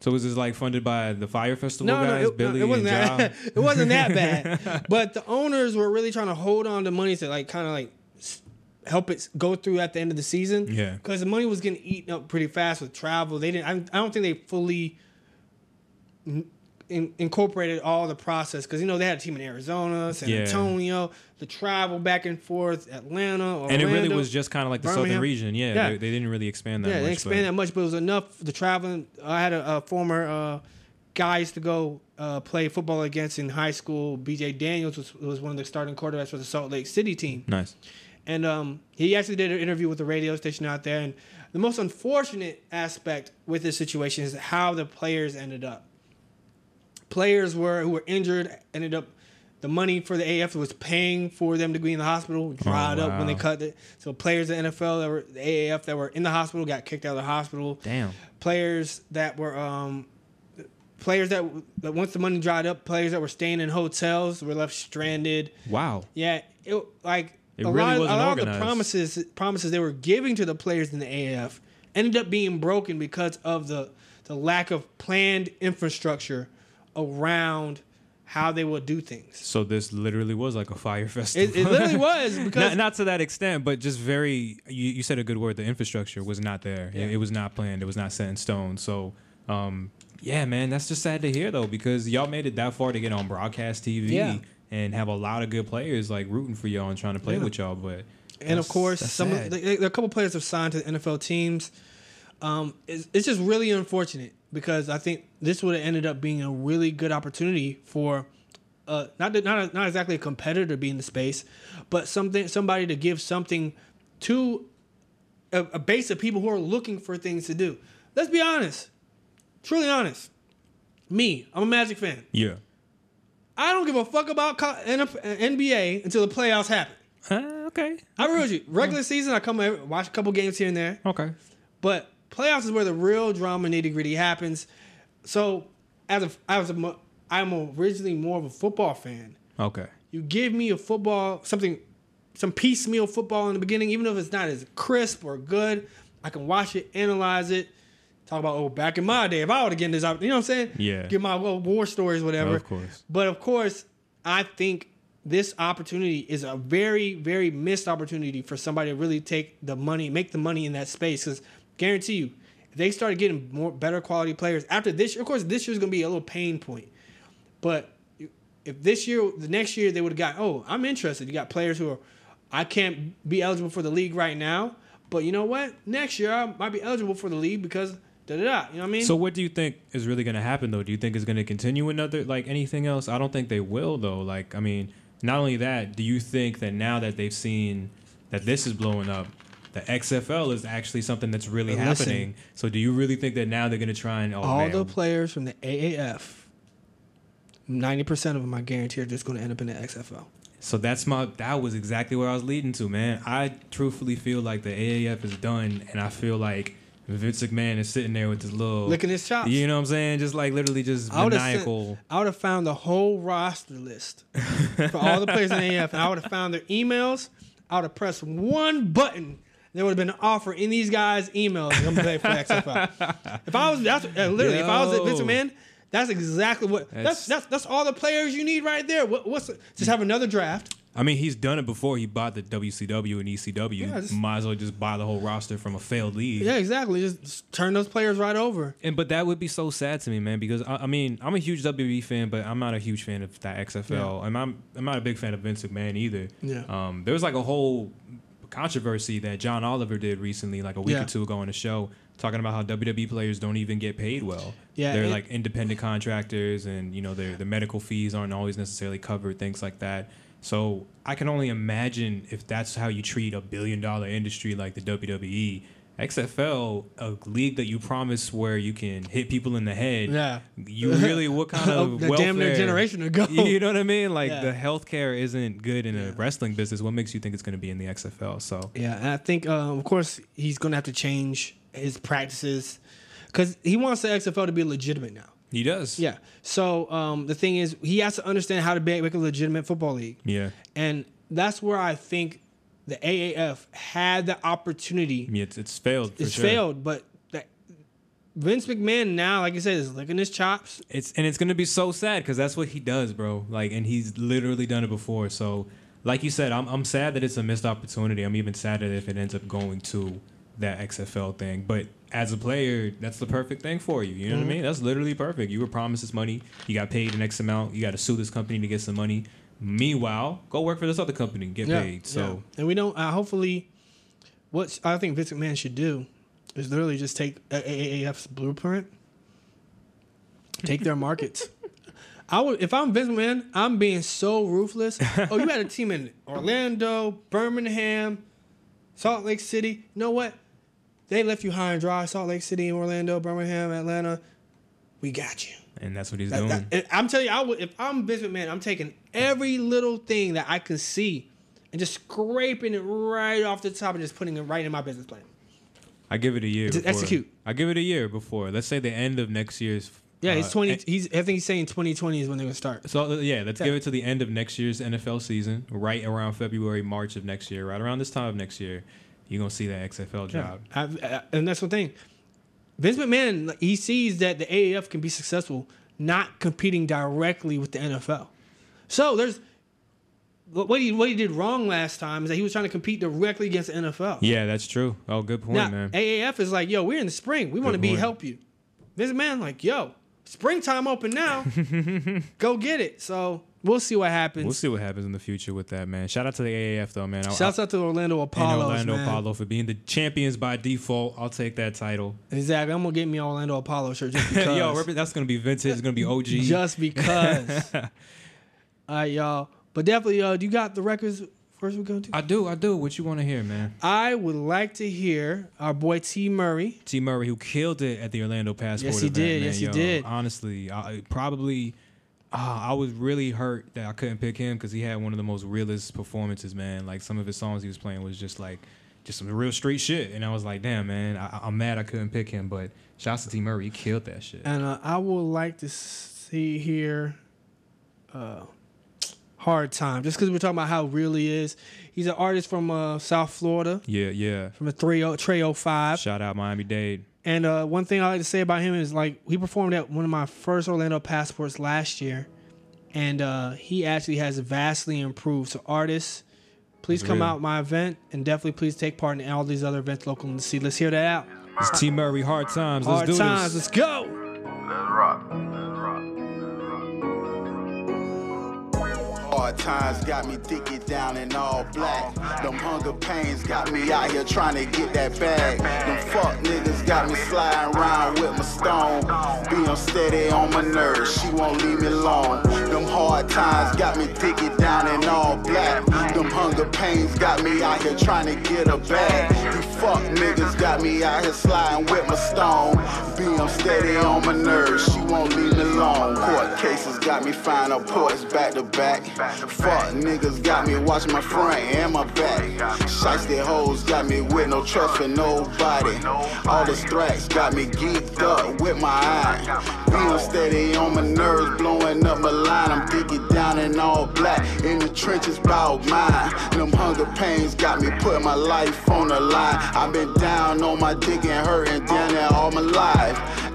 Speaker 1: so is this like funded by the fire festival
Speaker 2: No,
Speaker 1: guys,
Speaker 2: no, it,
Speaker 1: Billy
Speaker 2: no, it wasn't
Speaker 1: and
Speaker 2: that.
Speaker 1: Job?
Speaker 2: *laughs* it wasn't that
Speaker 1: *laughs*
Speaker 2: bad. But the owners were really trying to hold on to money to like kind of like s- help it s- go through at the end of the season.
Speaker 1: Yeah.
Speaker 2: because the money was getting eaten up pretty fast with travel. They didn't. I, I don't think they fully. n- In, incorporated all the process because you know they had a team in Arizona, San
Speaker 1: Yeah.
Speaker 2: Antonio, the travel back and forth, Atlanta, Orlando.
Speaker 1: and it really was just kind of like the southern region.
Speaker 2: Birmingham.
Speaker 1: Yeah,
Speaker 2: Yeah.
Speaker 1: They, they didn't really expand that
Speaker 2: Yeah,
Speaker 1: much.
Speaker 2: they didn't expand that much, but it was enough. The traveling, I had a, a former uh, guy used to go uh, play football against in high school. B.J. Daniels was, was one of the starting quarterbacks for the Salt Lake City team,
Speaker 1: but nice.
Speaker 2: and um, he actually did an interview with the radio station out there. And the most unfortunate aspect with this situation is how the players ended up. Players were who were injured ended up. The money for the AF was paying for them to be in the hospital dried up when they
Speaker 1: Oh, wow.
Speaker 2: cut it. So players in the NFL that were the AAF that were in the hospital got kicked out of the hospital
Speaker 1: Damn.
Speaker 2: players that were um, players that, that once the money dried up, players that were staying in hotels were left stranded.
Speaker 1: Wow.
Speaker 2: Yeah, it like
Speaker 1: It
Speaker 2: a
Speaker 1: really
Speaker 2: lot, a
Speaker 1: wasn't
Speaker 2: lot of the
Speaker 1: organized.
Speaker 2: promises promises they were giving to the players in the AAF ended up being broken because of the the lack of planned infrastructure around how they will do things.
Speaker 1: So this literally was like a fire festival. *laughs*
Speaker 2: It, it literally was because
Speaker 1: not, not to that extent, but just very. You, you said a good word. The infrastructure was not there. It, it was not planned. It was not set in stone. So, um, yeah, man, that's just sad to hear though, because y'all made it that far to get on broadcast TV
Speaker 2: Yeah.
Speaker 1: and have a lot of good players like rooting for y'all and trying to play
Speaker 2: Yeah.
Speaker 1: with y'all. But
Speaker 2: and of
Speaker 1: that's-
Speaker 2: course,
Speaker 1: that's
Speaker 2: some
Speaker 1: sad.
Speaker 2: of, there there are a couple players have signed to the NFL teams. Um, it's, it's just really unfortunate because I think this would have ended up being a really good opportunity for uh, not that- not not exactly a competitor to be in the space, but something somebody to give something to a, a base of people who are looking for things to do. Let's be honest, truly honest. Me, I'm a Magic fan.
Speaker 1: yeah.
Speaker 2: I don't give a fuck about co- NF- NBA until the playoffs happen.
Speaker 1: Uh, okay.
Speaker 2: I real you. Regular season, I come every, watch a couple games here and there,
Speaker 1: Okay.
Speaker 2: but playoffs is where the real drama nitty gritty happens. So, as a, as a, mo- I'm originally more of a football fan.
Speaker 1: Okay.
Speaker 2: You give me a football something, some piecemeal football in the beginning, even if it's not as crisp or good. I can watch it, analyze it, talk about oh, back in my day, if I would have gotten this, opp- you know what I'm saying?
Speaker 1: Yeah.
Speaker 2: Get my little war stories, whatever.
Speaker 1: Of course.
Speaker 2: But of course, I think this opportunity is a very, very missed opportunity for somebody to really take the money, make the money in that space. Because guarantee you, if they started getting more better quality players after this year. Of course, this year's gonna be a little pain point, but if this year, the next year, they would have got. Oh, I'm interested. You got players who are, I can't be eligible for the league right now, but you know what? Next year I might be eligible for the league because da da da. You know what I mean?
Speaker 1: So what do you think is really going to happen though? Do you think it's going to continue another like anything else? I don't think they will though. Like I mean, not only that, do you think that now that they've seen that this is blowing up, the XFL is actually something that's really
Speaker 2: But listen-
Speaker 1: happening. So do you really think that now they're going to try and oh,
Speaker 2: all
Speaker 1: man,
Speaker 2: the players from the AAF, ninety percent of them, I guarantee, are just going to end up in the XFL.
Speaker 1: So that's my that was exactly where I was leading to, man. I truthfully feel like the AAF is done and I feel like Vince McMahon is sitting there with his little
Speaker 2: Licking his chops.
Speaker 1: Oh. You know what I'm saying? Just like literally just
Speaker 2: I would have
Speaker 1: maniacal.
Speaker 2: I would have found the whole roster list for all the players in the AF. I would have found their emails. I would have pressed one button. There would have been an offer in these guys' emails. I'm gonna play for *laughs* XFL. If I was that's uh, literally if I was at Vince
Speaker 1: Yo.
Speaker 2: McMahon, that's exactly what that's
Speaker 1: That's-
Speaker 2: that's that's all the players you need right there. What, what's the, just have another draft.
Speaker 1: I mean, he's done it before. He bought the WCW and ECW.
Speaker 2: Yeah, just-
Speaker 1: Might as well just buy the whole roster from a failed league.
Speaker 2: Yeah, exactly. Just, just turn those players right over.
Speaker 1: And but that would be so sad to me, man. Because I, I mean, I'm a huge WWE fan, but I'm not a huge fan of that XFL,
Speaker 2: Yeah.
Speaker 1: and I'm I'm not a big fan of Vince McMahon either.
Speaker 2: Yeah.
Speaker 1: Um, there was like a whole controversy that John Oliver did recently, like a week
Speaker 2: Yeah.
Speaker 1: or two ago on a show, talking about how WWE players don't even get paid well.
Speaker 2: Yeah,
Speaker 1: They're
Speaker 2: it-
Speaker 1: like independent contractors, and you know their the medical fees aren't always necessarily covered, things like that. So I can only imagine if that's how you treat a billion dollar industry like the E. WWE. XFL, a league that you promise where you can hit people in the head.
Speaker 2: Yeah.
Speaker 1: You really what
Speaker 2: *laughs*
Speaker 1: kind of
Speaker 2: The
Speaker 1: welfare?
Speaker 2: damn near generation ago.
Speaker 1: *laughs* You know what I mean? Like
Speaker 2: Yeah.
Speaker 1: the healthcare isn't good in
Speaker 2: Yeah.
Speaker 1: a wrestling business. What makes you think it's going to be in the XFL? So
Speaker 2: Yeah, and I think uh, of course he's gonna have to change his practices because he wants the XFL to be legitimate now.
Speaker 1: he does.
Speaker 2: Yeah. So um, the thing is, he has to understand how to be, make a legitimate football league,
Speaker 1: Yeah.
Speaker 2: and that's where I think the AAF had the opportunity.
Speaker 1: I mean, it's it's failed. For
Speaker 2: it's
Speaker 1: sure.
Speaker 2: failed, but that, Vince McMahon now, like I said, is licking his chops.
Speaker 1: It's and it's gonna be so sad because that's what he does, bro. Like, and he's literally done it before. So, like you said, I'm I'm sad that it's a missed opportunity. I'm even sadder if it ends up going to that XFL thing. But as a player, that's the perfect thing for you. You know
Speaker 2: Mm-hmm.
Speaker 1: what I mean? That's literally perfect. You were promised this money. You got paid an X amount. You got to sue this company to get some money. Meanwhile, go work for this other company and get paid. So,
Speaker 2: yeah. and we don't. Uh, hopefully, what I think Vince McMahon should do is literally just take AAF's blueprint, take
Speaker 1: *laughs*
Speaker 2: their markets. I would, if I'm Vince McMahon, I'm being so
Speaker 1: *laughs*
Speaker 2: ruthless. oh, you had a team in Orlando, Birmingham, Salt Lake City. You know what? They left you high and dry. Salt Lake City, Orlando, Birmingham, Atlanta. We got you.
Speaker 1: and that's what he's
Speaker 2: That-
Speaker 1: doing.
Speaker 2: that- and I'm telling you, I would, if I'm business man, I'm taking every little thing that I can see and just scraping it right off the top and just putting it right in my business plan.
Speaker 1: I give it a year.
Speaker 2: To
Speaker 1: before.
Speaker 2: execute.
Speaker 1: I give it a year before. Let's say the end of next year's.
Speaker 2: Yeah,
Speaker 1: uh,
Speaker 2: he's 20. he's I think he's saying 2020 is when they're gonna start.
Speaker 1: So uh, yeah, let's
Speaker 2: Yeah.
Speaker 1: give it to the end of next year's NFL season, right around February, March of next year, right around this time of next year, you're gonna see that XFL job.
Speaker 2: I, I, and that's one thing. Vince McMahon, like, he sees that the AAF can be successful not competing directly with the NFL. So there's what what he what he did wrong last time is that he was trying to compete directly against the NFL.
Speaker 1: Yeah, that's true. Oh, good point,
Speaker 2: Now,
Speaker 1: man.
Speaker 2: AAF is like, yo, we're in the spring. We want to
Speaker 1: Good
Speaker 2: be
Speaker 1: point.
Speaker 2: help you. This man like, yo, springtime
Speaker 1: *laughs*
Speaker 2: open now. Go get it. So we'll see what happens.
Speaker 1: We'll see what happens in the future with that, man. Shout out to the AAF though, man. I-
Speaker 2: Shouts out to Orlando
Speaker 1: I- and
Speaker 2: Apollo.
Speaker 1: Orlando
Speaker 2: man.
Speaker 1: Apollo for being the champions by default. I'll take that title. *laughs*
Speaker 2: Exactly. I'm gonna get me an Orlando Apollo shirt just because.
Speaker 1: Yo, rep- that's gonna be vintage. It's gonna be OG. *laughs*
Speaker 2: just because. All right, y'all. But definitely, uh, do you got the records first we go to?
Speaker 1: I do, I do. What you want to hear, man?
Speaker 2: I would like to hear our boy T Murray.
Speaker 1: T. Murray, who killed it at the Orlando Passport.
Speaker 2: Yes, he
Speaker 1: event,
Speaker 2: did.
Speaker 1: Man.
Speaker 2: Yes, he
Speaker 1: Yo,
Speaker 2: did.
Speaker 1: Honestly, I probably. Uh, I was really hurt that I couldn't pick him because he had one of the most realest performances, man. Like some of his songs he was playing was just like just some real street shit, and I was like, damn, man, I, I'm mad I couldn't pick him. But shouts to T. Murray, he killed that shit.
Speaker 2: And uh, I would like to see here uh, Hard Time, just because we're talking about how real he is. He's an artist from uh, South Florida,
Speaker 1: Yeah, yeah.
Speaker 2: from a oh, 30, Trey 05.
Speaker 1: Shout out Miami Dade.
Speaker 2: And uh, one thing I like to say about him is like he performed at one of my first Orlando passports last year, and uh, he actually has vastly improved. So artists, please
Speaker 1: That's
Speaker 2: come
Speaker 1: real.
Speaker 2: out my event and definitely please take part in all these other events local in the city. Let's hear that out.
Speaker 1: It's T. Murray, hard times. Let's
Speaker 2: Hard
Speaker 1: do
Speaker 2: times,
Speaker 1: this.
Speaker 2: let's go.
Speaker 3: Let's rock. Let's rock. Let's rock.
Speaker 4: Hard times got me digging down in all black. Them hunger pains got me out here trying to get that bag. Them fuck niggas got me sliding around with my stone. Being steady on my nerves, she won't leave me alone. Them hard times got me digging down in all black. Them Them hunger pains got me out here trying to get a bag. You fuck niggas got me out here sliding with my stone. BM steady on my nerves, she won't leave me alone. Court cases got me finding ports back to back. Fuck niggas got me watching my front and my back. Shiesty hoes got me with no trust for nobody. All this thrax got me geeked up with my eye. BM steady on my nerves, blowing up my line. I'm digging down in all black in the trenches, bout mine. Them hunger pains got me putting my life on the line. I've been down on my dick and hurting down there all my life.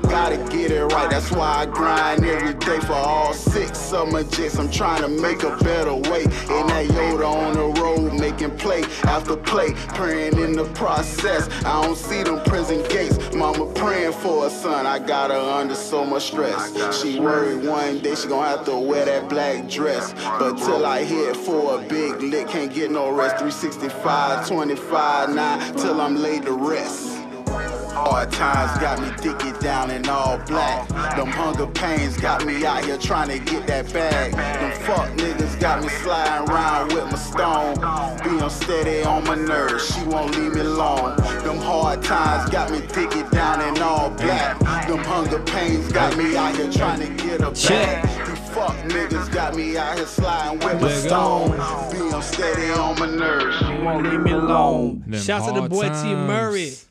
Speaker 4: Gotta get it right, that's why I grind every day for all six of my jets. I'm trying to make a better way. And that Yoda on the road, making play after play, praying in the process. I don't see them prison gates. Mama praying for a son, I got her under so much stress. She worried one day she gonna have to wear that black dress. But till I hit for a big lick, can't get no rest. 365, 25, 9, till I'm laid to rest. Hard times got me dicky down in all black. Them hunger pains got me out here trying to get that bag. Them fuck niggas got me sliding around with my stone. Being steady on my nerves, she won't leave me alone. Them hard times got me dicky down in all black. Them hunger pains got me out here trying to get a
Speaker 1: Check.
Speaker 4: bag. You Fuck niggas got me out here sliding with my
Speaker 1: There you go.
Speaker 4: stone. Being steady on my nerves, she won't leave me alone.
Speaker 1: Them
Speaker 2: Shout out to the
Speaker 1: hard
Speaker 2: boy T Murray.
Speaker 1: times.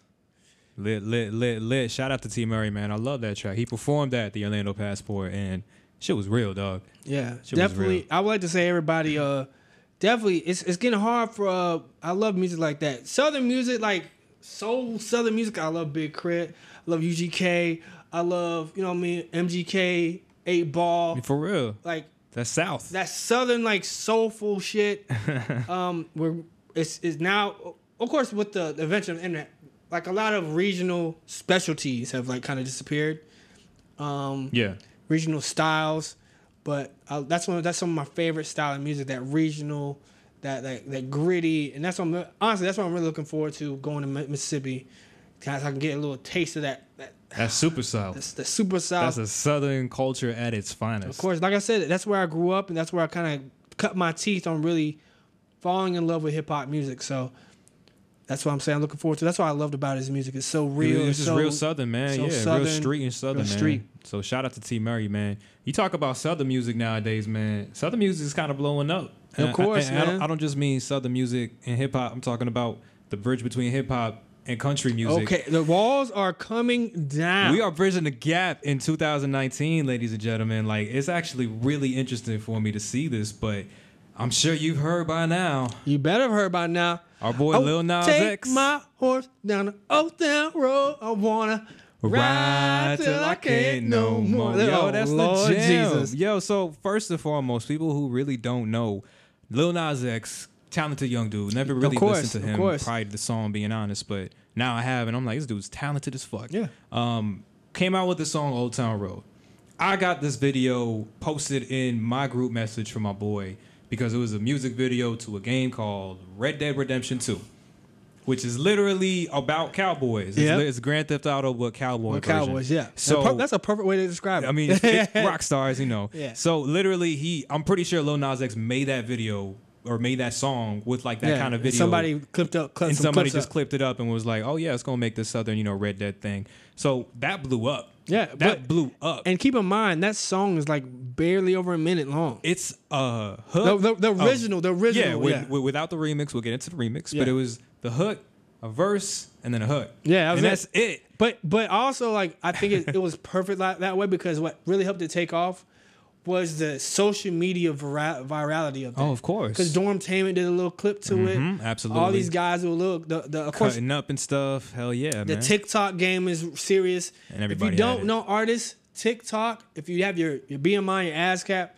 Speaker 1: Lit, lit, lit, lit. Shout out to T. Murray, man. I love that track. He performed that at the Orlando Passport, and shit was real, dog.
Speaker 2: Yeah,
Speaker 1: Shit was real.
Speaker 2: definitely. I would like to say everybody. Uh, definitely, it's it's getting hard for. Uh, I love music like that. Southern music, like soul southern music. I love Big Crit. I love UGK. I love you know what I mean MGK, Eight Ball.
Speaker 1: For real.
Speaker 2: Like
Speaker 1: That's South.
Speaker 2: that southern like soulful
Speaker 1: *laughs*
Speaker 2: shit. um, where it's is now, of course, with the the invention of the internet, like a lot of regional specialties have like kind of disappeared. Um,
Speaker 1: yeah.
Speaker 2: regional styles. But uh, that's one. That's some of my favorite style of music. That regional, that that, that gritty, and that's what I'm, honestly that's what I'm really looking forward to going to Mi- Mississippi, guys. I can get a little taste of that that,
Speaker 1: That's super South.
Speaker 2: that's the super
Speaker 1: That's
Speaker 2: south.
Speaker 1: a Southern culture at its finest.
Speaker 2: of course, like I said, that's where I grew up, and that's where I kind of cut my teeth on really falling in love with hip hop music. So that's what I'm saying. I'm looking forward to. That's what I loved about his music. It's so
Speaker 1: It-
Speaker 2: real.
Speaker 1: It's just
Speaker 2: so-
Speaker 1: real Southern, man.
Speaker 2: so
Speaker 1: yeah,
Speaker 2: Southern,
Speaker 1: real street and Southern,
Speaker 2: real
Speaker 1: man.
Speaker 2: street.
Speaker 1: So shout out to T. Murray, man. You talk about Southern music nowadays, man. Southern music is kind of blowing up. And I-
Speaker 2: course,
Speaker 1: and I, don't,
Speaker 2: man.
Speaker 1: I don't just mean Southern music and hip hop. I'm talking about the bridge between hip hop and country music.
Speaker 2: Okay, the walls are coming down.
Speaker 1: We are bridging the gap in 2019, ladies and gentlemen. Like it's actually really interesting for me to see this, but I'm sure you've heard by now.
Speaker 2: You better have heard by now.
Speaker 1: Our boy Lil Nas
Speaker 2: Oh, take
Speaker 1: X.
Speaker 2: my horse down the old town road. I wanna
Speaker 1: Ride till I can't no more. Yo,
Speaker 2: Oh,
Speaker 1: that's
Speaker 2: Lord
Speaker 1: the jam. Yo, so first and foremost, people who really don't know, Lil Nas X, talented young dude. Never really
Speaker 2: course,
Speaker 1: listened to
Speaker 2: of
Speaker 1: him
Speaker 2: course.
Speaker 1: prior to the song, being honest, but now I have, and I'm like, this dude's talented as fuck.
Speaker 2: Yeah.
Speaker 1: Um, came out with the song Old Town Road. I got this video posted in my group message from my boy because it was a music video to a game called Red Dead Redemption 2. Which is literally about cowboys. It's,
Speaker 2: Yeah.
Speaker 1: li- it's Grand Theft Auto, but cowboy
Speaker 2: With
Speaker 1: version.
Speaker 2: Cowboys, yeah.
Speaker 1: So
Speaker 2: So that's a perfect way to describe it.
Speaker 1: I mean, it's, it's rock stars, you know.
Speaker 2: Yeah.
Speaker 1: So literally, he I'm pretty sure Lil Nas X made that video or made that song with like that
Speaker 2: *laughs* Yeah,
Speaker 1: kind of
Speaker 2: and
Speaker 1: video.
Speaker 2: Somebody clipped up, clipped
Speaker 1: and
Speaker 2: some
Speaker 1: somebody
Speaker 2: clips
Speaker 1: just
Speaker 2: up.
Speaker 1: clipped it up and was like, "Oh yeah, it's gonna make this southern, you know, Red Dead thing." So that blew up.
Speaker 2: Yeah,
Speaker 1: that
Speaker 2: but-
Speaker 1: blew up.
Speaker 2: And keep in mind that song is like barely over a minute long.
Speaker 1: it's uh
Speaker 2: The,
Speaker 1: hook.
Speaker 2: the, the
Speaker 1: of-
Speaker 2: original, the original,
Speaker 1: yeah,
Speaker 2: yeah,
Speaker 1: with, with- without the remix, we'll get into the remix, but
Speaker 2: Yeah.
Speaker 1: it was the hook, a verse, and then a hook.
Speaker 2: Yeah, that was
Speaker 1: and
Speaker 2: it.
Speaker 1: that's it.
Speaker 2: But but also like I think it, it
Speaker 1: *laughs*
Speaker 2: was perfect like that way because what really helped it take off was the social media vira- virality of that.
Speaker 1: Oh, of course.
Speaker 2: Because Dorm Tainment did a little clip to
Speaker 1: Mhm,
Speaker 2: it.
Speaker 1: absolutely.
Speaker 2: All these guys will look. The, the of course
Speaker 1: Cutting up and stuff. Hell yeah,
Speaker 2: the
Speaker 1: man.
Speaker 2: TikTok game is serious.
Speaker 1: And everybody
Speaker 2: if you
Speaker 1: had it.
Speaker 2: don't know artists, TikTok. If you have your your BMI, your ASCAP,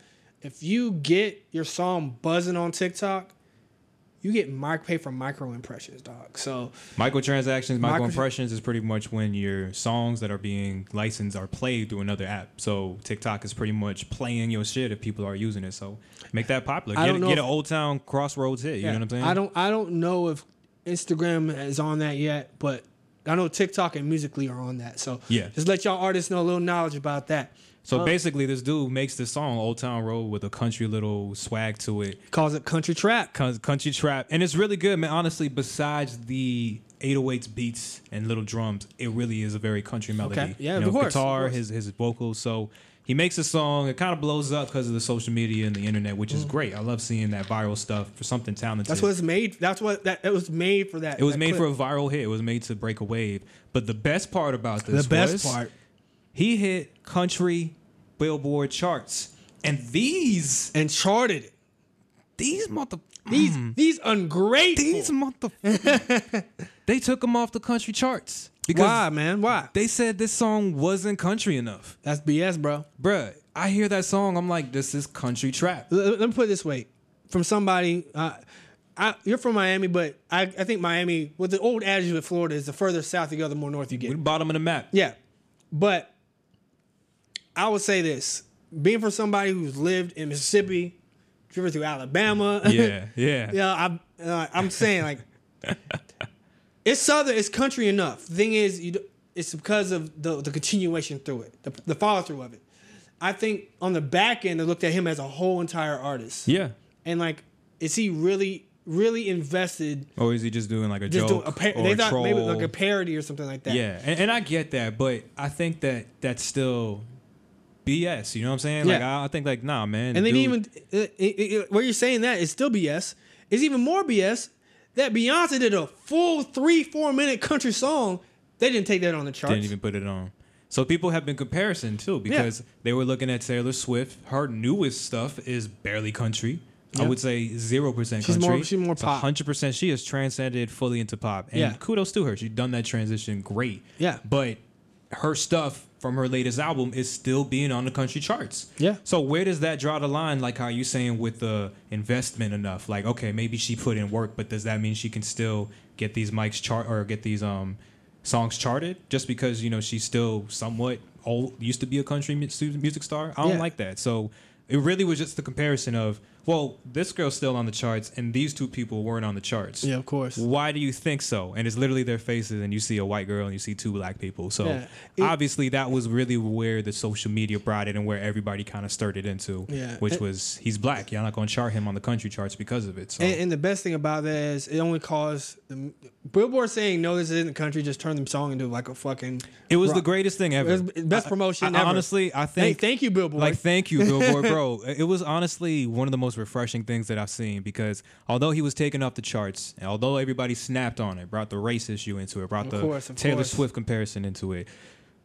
Speaker 2: if you get your song buzzing on TikTok, you get mic pay for micro impressions, dog. So
Speaker 1: Microtransactions, micro
Speaker 2: Micro-
Speaker 1: impressions is pretty much when your songs that are being licensed are played through another app. So TikTok is pretty much playing your shit if people are using it. So make that popular.
Speaker 2: I
Speaker 1: Get,
Speaker 2: don't know
Speaker 1: get
Speaker 2: if-
Speaker 1: an old town crossroads hit. You know what I'm saying?
Speaker 2: I don't I don't know if Instagram is on that yet, but I know TikTok and Musically are on that. So
Speaker 1: Yeah.
Speaker 2: just let y'all artists know a little knowledge about that.
Speaker 1: So basically, this dude makes this song "Old Town Road" with a country little swag to it,
Speaker 2: Calls it country trap.
Speaker 1: cou- country trap, and it's really good, man. Honestly, besides the 808s beats and little drums, it really is a very country melody.
Speaker 2: Yeah,
Speaker 1: you know,
Speaker 2: of course, of
Speaker 1: guitar,
Speaker 2: course.
Speaker 1: his his vocals. So he makes a song. It kind of blows up because of the social media and the internet, which is great. I love seeing that viral stuff for something talented.
Speaker 2: Mm. That's what it's made. That's what that it was made for. That
Speaker 1: It was
Speaker 2: that
Speaker 1: made
Speaker 2: clip.
Speaker 1: for a viral hit. It was made to break a wave. But the best part about this,
Speaker 2: the best
Speaker 1: was
Speaker 2: part.
Speaker 1: he hit country Billboard charts, and these
Speaker 2: And charted it.
Speaker 1: these mother
Speaker 2: These these ungrateful.
Speaker 1: Mm-hmm. these mother *laughs* they took him off the country charts because
Speaker 2: Why, man? Why?
Speaker 1: they said this song wasn't country enough,
Speaker 2: That's BS, bro.
Speaker 1: bruh. I hear that song, I'm like, this is country trap.
Speaker 2: L- Let, me put it this way: from somebody, uh, I, you're from Miami, but I, I think Miami, with the old adage with Florida, is the further south you go, the more north you get.
Speaker 1: Bottom of the map.
Speaker 2: Yeah, but I would say this: being from somebody who's lived in Mississippi, driven through Alabama, *laughs*
Speaker 1: Yeah, yeah.
Speaker 2: Yeah, I'm. Uh, I'm saying like, it's southern. It's country enough. Thing is, you. d- It's because of the the continuation through it, the, the follow through of it. I think on the back end, they looked at him as a whole entire artist.
Speaker 1: Yeah.
Speaker 2: And like, is he really really invested?
Speaker 1: Or is he just doing like a
Speaker 2: Just doing
Speaker 1: joke?
Speaker 2: a par-
Speaker 1: or
Speaker 2: they
Speaker 1: a
Speaker 2: thought maybe
Speaker 1: troll?
Speaker 2: like a parody or something like that.
Speaker 1: Yeah, and, and I get that, but I think that that's still BS. You know what I'm saying? Like
Speaker 2: Yeah.
Speaker 1: I, I think like nah, man.
Speaker 2: And then
Speaker 1: dude-
Speaker 2: even uh, it, it, it, where you're saying that is still BS. It's even more BS that Beyonce did a full three four minute country song. They didn't take that on the charts.
Speaker 1: didn't even put it on. So people have been comparison too because they were looking at Taylor Swift. Her newest stuff is barely country. I
Speaker 2: Yeah.
Speaker 1: would say zero percent
Speaker 2: She's
Speaker 1: country.
Speaker 2: more- she's more pop.
Speaker 1: Hundred percent. She has transcended fully into pop, and
Speaker 2: Yeah.
Speaker 1: kudos to her. She's done that transition great.
Speaker 2: Yeah.
Speaker 1: But her stuff from her latest album is still being on the country charts.
Speaker 2: Yeah.
Speaker 1: So where does that draw the line? Like how you saying with the investment enough? Like okay, maybe she put in work, but does that mean she can still get these mics chart or get these um songs charted just because you know she's still somewhat old, used to be a country mu- su- music star? I don't
Speaker 2: Yeah.
Speaker 1: like that. So it really was just the comparison of well, this girl's still on the charts and these two people weren't on the charts.
Speaker 2: Yeah, of course.
Speaker 1: Why do you think so? And it's literally their faces, and you see a white girl and you see two black people. So
Speaker 2: Yeah. It-
Speaker 1: obviously, that was really where the social media brought it and where everybody kind of stirred it into,
Speaker 2: Yeah.
Speaker 1: which
Speaker 2: It-
Speaker 1: was he's black. Y'all not gonna chart him on the country charts because of it. So
Speaker 2: And, and the best thing about that is it only caused the, Billboard saying no, this isn't country. Just turned the song into like a fucking.
Speaker 1: it was
Speaker 2: rock-
Speaker 1: the greatest thing
Speaker 2: it
Speaker 1: ever.
Speaker 2: was the best promotion
Speaker 1: I- I-
Speaker 2: ever.
Speaker 1: Honestly, I
Speaker 2: Hey,
Speaker 1: think
Speaker 2: thank you, Billboard.
Speaker 1: Like, thank you, Billboard,
Speaker 2: *laughs*
Speaker 1: bro. It was honestly one of the most refreshing things that I've seen because although he was taken off the charts, and although everybody snapped on it, brought the race issue into it, brought the
Speaker 2: course, of
Speaker 1: Taylor
Speaker 2: course.
Speaker 1: Swift comparison into it,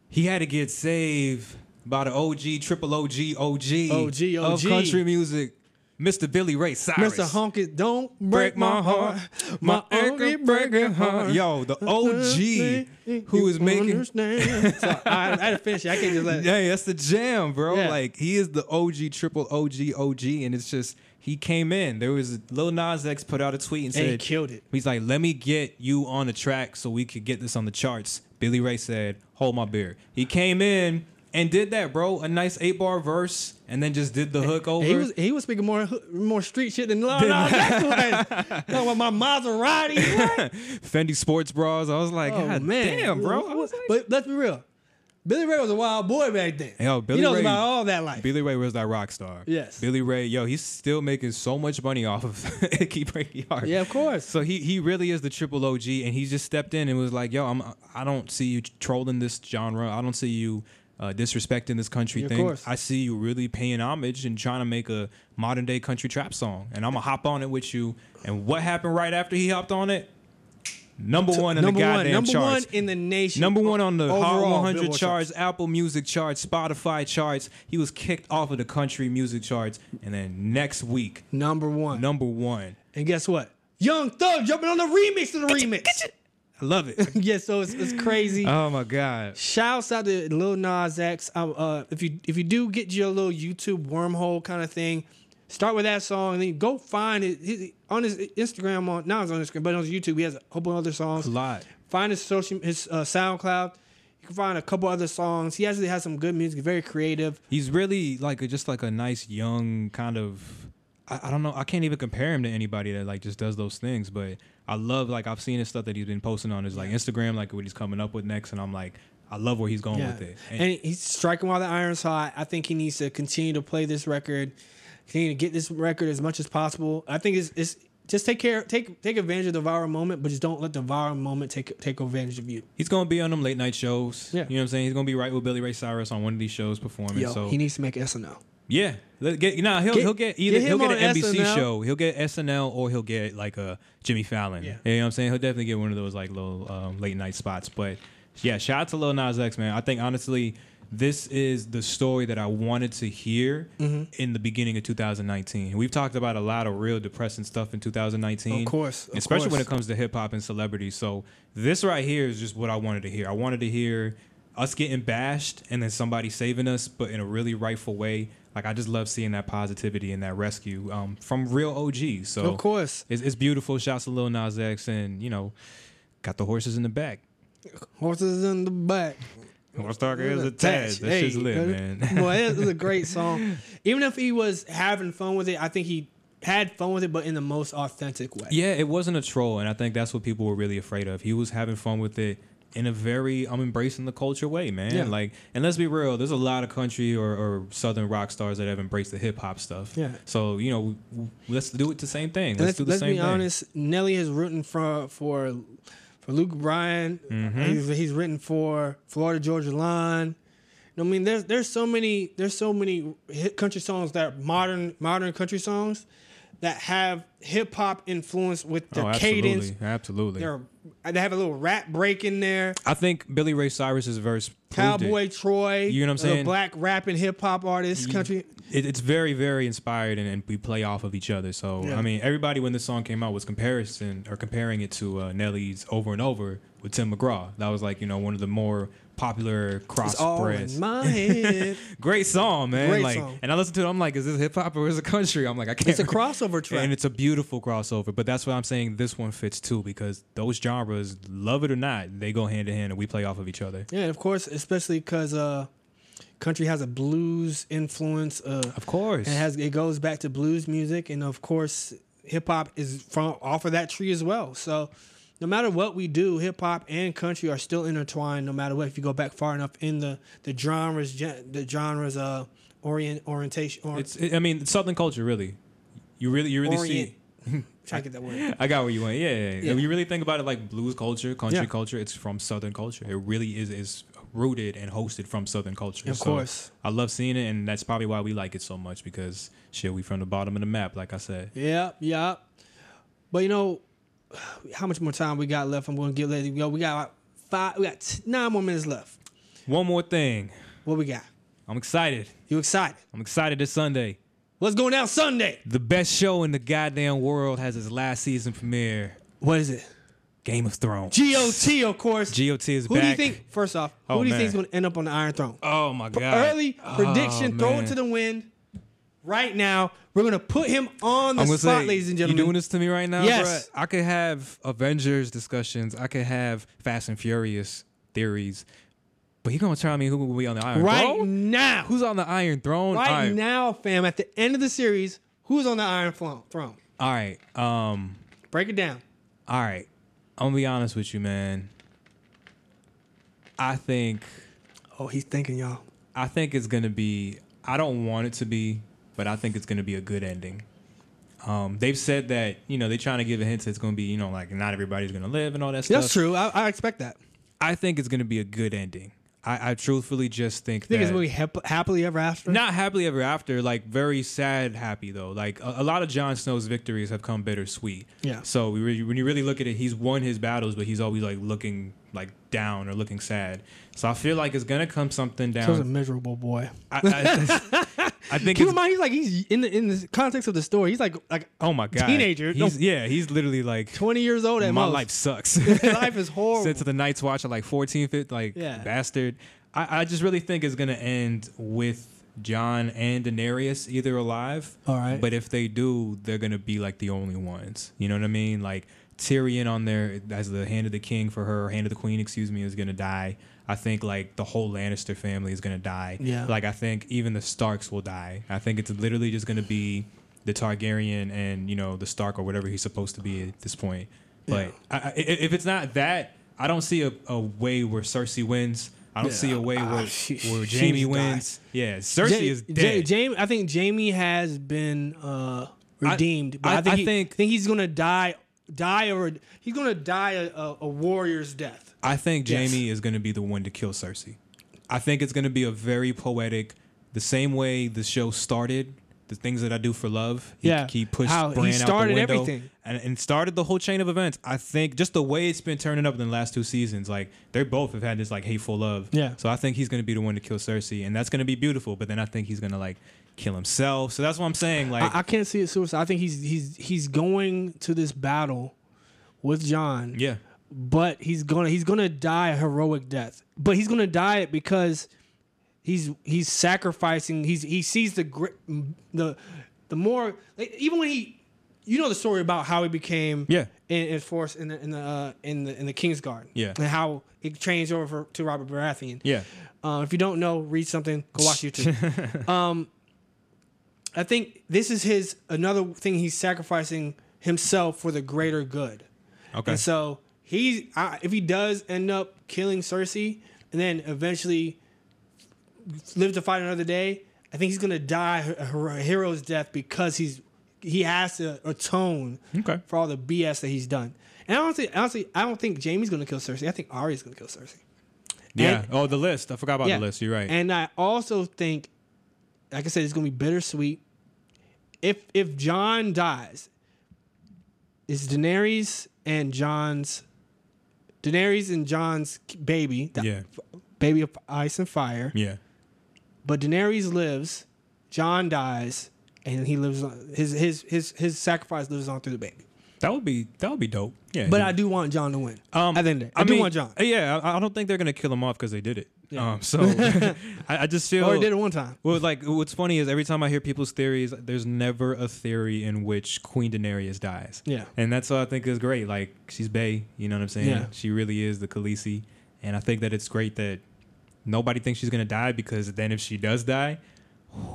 Speaker 1: he had to get saved by the OG, triple OG, OG,
Speaker 2: OG.
Speaker 1: of country music, Mr. Billy Ray Cyrus.
Speaker 2: Mr. Honky, don't break, my heart.
Speaker 1: My anchor breaking heart. Yo, the OG who is making *laughs*
Speaker 2: Understand. so I, I had to finish it. I can't just let.
Speaker 1: Hey, that's the jam, bro.
Speaker 2: Yeah.
Speaker 1: Like he is the OG triple OG OG, and it's just he came in. There was Lil Nas X put out a tweet and
Speaker 2: And
Speaker 1: said
Speaker 2: he killed it.
Speaker 1: He's like, "Let me get you on the track so we could get this on the charts." Billy Ray said, "Hold my beer." He came in and did that, bro. A nice eight bar verse, and then just did the hook over.
Speaker 2: He was he was speaking more more street shit than Lil
Speaker 1: *laughs*
Speaker 2: Nas X was. Talking about my Maserati. What?
Speaker 1: Fendi sports bras. I was like,
Speaker 2: Oh
Speaker 1: God
Speaker 2: man,
Speaker 1: damn, bro." I
Speaker 2: What-
Speaker 1: was like-
Speaker 2: but let's be real. Billy Ray was a wild boy back then.
Speaker 1: Yo, Billy
Speaker 2: he knows
Speaker 1: Ray-
Speaker 2: about all that life.
Speaker 1: Billy Ray was that rock star.
Speaker 2: Yes.
Speaker 1: Billy Ray, yo, he's still making so much money off of *laughs* Icky Breaky Heart.
Speaker 2: Yeah, of course.
Speaker 1: So he he really is the triple OG, and he just stepped in and was like, yo, I'm I don't see you trolling this genre. I don't see you. Uh, disrespecting this country
Speaker 2: Of
Speaker 1: thing,
Speaker 2: course.
Speaker 1: I see you really paying homage and trying to make a modern day country trap song, and I'm gonna hop on it with you. And what happened right after he hopped on it? Number one in
Speaker 2: number
Speaker 1: the goddamn
Speaker 2: one, number
Speaker 1: charts.
Speaker 2: one in the nation.
Speaker 1: Number one on the Hot
Speaker 2: Overall,
Speaker 1: 100
Speaker 2: Billboard
Speaker 1: charts, Apple Music charts, Spotify charts. He was kicked off of the country music charts, and then next week,
Speaker 2: Number one.
Speaker 1: number one.
Speaker 2: and guess what? Young Thug jumping on the remix of the remix.
Speaker 1: I love *laughs* it.
Speaker 2: Yeah, so it's, it's crazy.
Speaker 1: oh my god.
Speaker 2: Shouts out to Lil Nas X. Um, uh, if you if you do get your little YouTube wormhole kind of thing, start with that song and then go find it his, on his Instagram. On now it's on Instagram, but on his YouTube he has a whole bunch of other songs.
Speaker 1: A lot.
Speaker 2: Find his social his uh, SoundCloud. You can find a couple other songs. He actually has some good music. Very creative.
Speaker 1: He's really like a, just like a nice young kind of. I, I don't know. I can't even compare him to anybody that like just does those things, but. I love like I've seen his stuff that he's been posting on his like Instagram, like what he's coming up with next, and I'm like, I love where he's going
Speaker 2: Yeah.
Speaker 1: with it.
Speaker 2: And, he's striking while the iron's hot. I think he needs to continue to play this record, continue to get this record as much as possible. I think it's, it's just take care, take take advantage of the viral moment, but just don't let the viral moment take take advantage of you.
Speaker 1: he's gonna be on them late night shows.
Speaker 2: Yeah.
Speaker 1: You know what I'm saying? He's gonna be right with Billy Ray Cyrus on one of these shows performing.
Speaker 2: Yo,
Speaker 1: so
Speaker 2: he needs to make SNL.
Speaker 1: Yeah, let get nah. He'll
Speaker 2: Get-
Speaker 1: he'll get either
Speaker 2: get
Speaker 1: he'll
Speaker 2: him
Speaker 1: get an
Speaker 2: on
Speaker 1: NBC
Speaker 2: SNL.
Speaker 1: show, he'll get SNL, or he'll get like a Jimmy Fallon.
Speaker 2: Yeah.
Speaker 1: you know what I'm saying. He'll definitely get one of those like little um, late night spots. But yeah, shout out to Lil Nas X, man. I think honestly, this is the story that I wanted to hear
Speaker 2: Mm-hmm.
Speaker 1: in the beginning of 2019. We've talked about a lot of real depressing stuff in 2019,
Speaker 2: Of course, of
Speaker 1: especially when
Speaker 2: course.
Speaker 1: it comes to hip hop and celebrities. So this right here is just what I wanted to hear. I wanted to hear us getting bashed and then somebody saving us, but in a really rightful way. Like I just love seeing that positivity and that rescue um, from real OGs. So
Speaker 2: Of course.
Speaker 1: it's, it's beautiful. Shouts to Lil Nas X, and you know, got the horses in the back.
Speaker 2: Horses in the back.
Speaker 1: Horse talker is a
Speaker 2: Attached.
Speaker 1: Taz. That shit's
Speaker 2: Hey,
Speaker 1: lit, *laughs* man.
Speaker 2: *laughs* Boy, it was a great song. Even if he was having fun with it, I think he had fun with it, but in the most authentic way.
Speaker 1: Yeah, it wasn't a troll, and I think that's what people were really afraid of. He was having fun with it in a very I'm embracing the culture way, man.
Speaker 2: Yeah.
Speaker 1: Like, and let's be real, there's a lot of country or, or southern rock stars that have embraced the hip hop stuff.
Speaker 2: Yeah.
Speaker 1: So you know, w- w- let's do it the same thing. Let's,
Speaker 2: let's,
Speaker 1: do the
Speaker 2: let's
Speaker 1: same
Speaker 2: be
Speaker 1: thing.
Speaker 2: honest. Nelly is rooting for for for Luke Bryan.
Speaker 1: Mm-hmm.
Speaker 2: He's, he's written for Florida Georgia Line. I mean, there's there's so many there's so many hit country songs that are modern modern country songs that have hip hop influence with the
Speaker 1: Oh, absolutely,
Speaker 2: cadence.
Speaker 1: absolutely.
Speaker 2: They're, they have a little rap break in there.
Speaker 1: I think Billy Ray Cyrus's verse. proved it.
Speaker 2: Cowboy Troy,
Speaker 1: You know what I'm
Speaker 2: the
Speaker 1: saying?
Speaker 2: black rapping hip hop artist, country.
Speaker 1: It, it's very, very inspired, and, and we play off of each other. So
Speaker 2: Yeah.
Speaker 1: I mean, everybody when this song came out was comparison or comparing it to uh, Nelly's "Over and Over" with Tim McGraw. That was like you know one of the more popular
Speaker 2: It's all
Speaker 1: crossbreds.
Speaker 2: in
Speaker 1: *laughs*
Speaker 2: my head.
Speaker 1: Great song, man.
Speaker 2: Great
Speaker 1: like,
Speaker 2: song.
Speaker 1: and I listened to it. I'm like, is this hip hop or is it country? I'm like, I can't.
Speaker 2: It's a crossover
Speaker 1: *laughs*
Speaker 2: track.
Speaker 1: and it's a beautiful crossover. But that's what I'm saying. This one fits too because those genres, love it or not, they go hand in hand, and we play off of each other.
Speaker 2: Yeah, and of course, especially because uh, country has a blues influence. Uh,
Speaker 1: Of course.
Speaker 2: it has it goes back to blues music, and of course, hip hop is from off of that tree as well. So, no matter what we do, hip hop and country are still intertwined. No matter what, if you go back far enough in the the genres, gen- the genres uh orient orientation. Or,
Speaker 1: It's. I mean, Southern culture, really. You really, you really
Speaker 2: orient.
Speaker 1: see.
Speaker 2: Try to get
Speaker 1: *laughs*
Speaker 2: that word.
Speaker 1: I got what you want. Yeah, yeah, yeah.
Speaker 2: Yeah.
Speaker 1: If you really think about it, like blues culture, country
Speaker 2: Yeah.
Speaker 1: culture, it's from Southern culture. It really is is rooted and hosted from Southern culture.
Speaker 2: Of course.
Speaker 1: I love seeing it, and that's probably why we like it so much because shit, we from the bottom of the map, like I said.
Speaker 2: Yep, yep. But you know, how much more time we got left? I'm going to get let it go. We got like five. We got t- nine more minutes left.
Speaker 1: One more thing,
Speaker 2: What we got?
Speaker 1: I'm excited.
Speaker 2: You excited?
Speaker 1: I'm excited this Sunday.
Speaker 2: What's going down Sunday?
Speaker 1: The best show in the goddamn world has its last season premiere.
Speaker 2: What is it?
Speaker 1: Game of Thrones.
Speaker 2: GOT, of course.
Speaker 1: GOT is
Speaker 2: who
Speaker 1: back.
Speaker 2: do you think? First off, who
Speaker 1: Oh,
Speaker 2: do you think
Speaker 1: man.
Speaker 2: is going to end up on the Iron Throne?
Speaker 1: Oh my god!
Speaker 2: Early prediction,
Speaker 1: Oh,
Speaker 2: throw
Speaker 1: man.
Speaker 2: it to the wind. Right now, we're going to put him on the
Speaker 1: I'm gonna
Speaker 2: spot,
Speaker 1: say,
Speaker 2: ladies and gentlemen.
Speaker 1: You doing this to me right now?
Speaker 2: Yes.
Speaker 1: bruh? I could have Avengers discussions. I could have Fast and Furious theories. But he gonna tell me who will be on the Iron
Speaker 2: right
Speaker 1: Throne?
Speaker 2: now?
Speaker 1: Who's on the Iron Throne?
Speaker 2: right
Speaker 1: all right.
Speaker 2: now, fam? At the end of the series, who's on the Iron Flo- Throne?
Speaker 1: All right. Um.
Speaker 2: Break it down.
Speaker 1: All right. I'm gonna be honest with you, man. I think
Speaker 2: Oh, he's thinking, y'all.
Speaker 1: I think it's gonna be. I don't want it to be, but I think it's gonna be a good ending. Um, they've said that you know they're trying to give a hint that it's gonna be you know like not everybody's gonna live and all that stuff.
Speaker 2: That's true. I, I expect that.
Speaker 1: I think it's gonna be a good ending. I, I truthfully just think
Speaker 2: I think it's
Speaker 1: that
Speaker 2: going to be hap- happily ever after.
Speaker 1: not happily ever after, like very sad happy though. Like a, a lot of Jon Snow's victories have come bittersweet.
Speaker 2: Yeah.
Speaker 1: So we re- when you really look at it, he's won his battles, but he's always like looking like down or looking sad. So I feel like it's gonna come something
Speaker 2: He was a
Speaker 1: down.
Speaker 2: miserable boy.
Speaker 1: I,
Speaker 2: *laughs*
Speaker 1: I, I think.
Speaker 2: Keep
Speaker 1: It's,
Speaker 2: in mind, he's like he's in the in the context of the story. He's like like
Speaker 1: oh my god,
Speaker 2: teenager.
Speaker 1: He's,
Speaker 2: no,
Speaker 1: yeah, he's literally like
Speaker 2: twenty years old at
Speaker 1: my
Speaker 2: most.
Speaker 1: life sucks.
Speaker 2: *laughs*
Speaker 1: *laughs*
Speaker 2: life is horrible.
Speaker 1: Sent to the Night's Watch at like 14, 15, like
Speaker 2: Yeah.
Speaker 1: bastard. I, I just really think it's gonna end with John and Daenerys either alive.
Speaker 2: All right.
Speaker 1: But if they do, they're gonna be like the only ones. You know what I mean? Like Tyrion on there as the hand of the king for her, hand of the queen, excuse me, is gonna die. I think like the whole Lannister family is gonna die.
Speaker 2: Yeah.
Speaker 1: Like I think even the Starks will die. I think it's literally just gonna be the Targaryen and you know the Stark or whatever he's supposed to be at this point. But I, I, i- if it's not that, I don't see a, a way where Cersei wins. I don't
Speaker 2: Yeah,
Speaker 1: see a way
Speaker 2: uh,
Speaker 1: where,
Speaker 2: she-
Speaker 1: where
Speaker 2: she's
Speaker 1: Jamie
Speaker 2: died.
Speaker 1: wins. Yeah, Cersei
Speaker 2: Ja-
Speaker 1: is
Speaker 2: Ja-
Speaker 1: dead.
Speaker 2: Jamie, I think Jamie has been uh,
Speaker 1: I-
Speaker 2: redeemed, but I,
Speaker 1: I-
Speaker 2: think
Speaker 1: I
Speaker 2: he-
Speaker 1: think-
Speaker 2: think he's gonna die, die or he's gonna die a, a, a warrior's death.
Speaker 1: I think
Speaker 2: Yes.
Speaker 1: Jamie is going to be the one to kill Cersei. I think it's going to be a very poetic, the same way the show started. The things that I do for love. He,
Speaker 2: Yeah.
Speaker 1: he pushed
Speaker 2: How he
Speaker 1: Bran out
Speaker 2: started
Speaker 1: the window
Speaker 2: everything.
Speaker 1: And, and started the whole chain of events. I think just the way it's been turning up in the last two seasons, like they both have had this like hateful love.
Speaker 2: Yeah.
Speaker 1: So I think he's going to be the one to kill Cersei, and that's going to be beautiful. But then I think he's going to like kill himself. So that's what I'm saying. Like
Speaker 2: I, I can't see it suicide. I think he's he's he's going to this battle with John.
Speaker 1: yeah,
Speaker 2: but he's gonna he's gonna die a heroic death. But he's gonna die it because he's he's sacrificing. He's he sees the gr- the the more like, even when he you know the story about how he became
Speaker 1: Yeah.
Speaker 2: in, in force in the in the uh, in the in the King's Guard
Speaker 1: Yeah.
Speaker 2: and how it changed over to Robert Baratheon
Speaker 1: yeah.
Speaker 2: uh, if you don't know, read something. Go watch YouTube. um,
Speaker 1: *laughs*
Speaker 2: I think this is his another thing he's sacrificing himself for the greater good.
Speaker 1: Okay.
Speaker 2: And so he, I, if he does end up killing Cersei and then eventually live to fight another day, I think he's gonna die a hero- a hero's death because he's he has to atone
Speaker 1: Okay.
Speaker 2: for all the BS that he's done. And honestly, honestly, I don't think Jamie's gonna kill Cersei. I think Arya's gonna kill Cersei.
Speaker 1: Yeah.
Speaker 2: And-
Speaker 1: oh, the list. I forgot about the list. You're right.
Speaker 2: And I also think, like I said, it's gonna be bittersweet. If if John dies, it's Daenerys and John's Daenerys and John's baby, the
Speaker 1: yeah.
Speaker 2: baby of ice and fire.
Speaker 1: Yeah.
Speaker 2: But Daenerys lives, John dies, and he lives on his his his his sacrifice lives on through the baby.
Speaker 1: That would be that would be dope. Yeah.
Speaker 2: But
Speaker 1: yeah.
Speaker 2: I do want John to win.
Speaker 1: Um,
Speaker 2: I think that- I, do
Speaker 1: mean,
Speaker 2: want John.
Speaker 1: uh, Yeah, I, I don't think they're gonna kill him off because they did it.
Speaker 2: Yeah.
Speaker 1: Um,
Speaker 2: *laughs*
Speaker 1: so I, I just feel.
Speaker 2: Or he did it one time.
Speaker 1: Well, like what's funny is every time I hear people's theories, there's never a theory in which Queen Daenerys dies.
Speaker 2: Yeah.
Speaker 1: and that's what I think is great. Like she's Bay, you know what I'm saying?
Speaker 2: Yeah.
Speaker 1: she really is the Khaleesi, and I think that it's great that nobody thinks she's gonna die because then if she does die,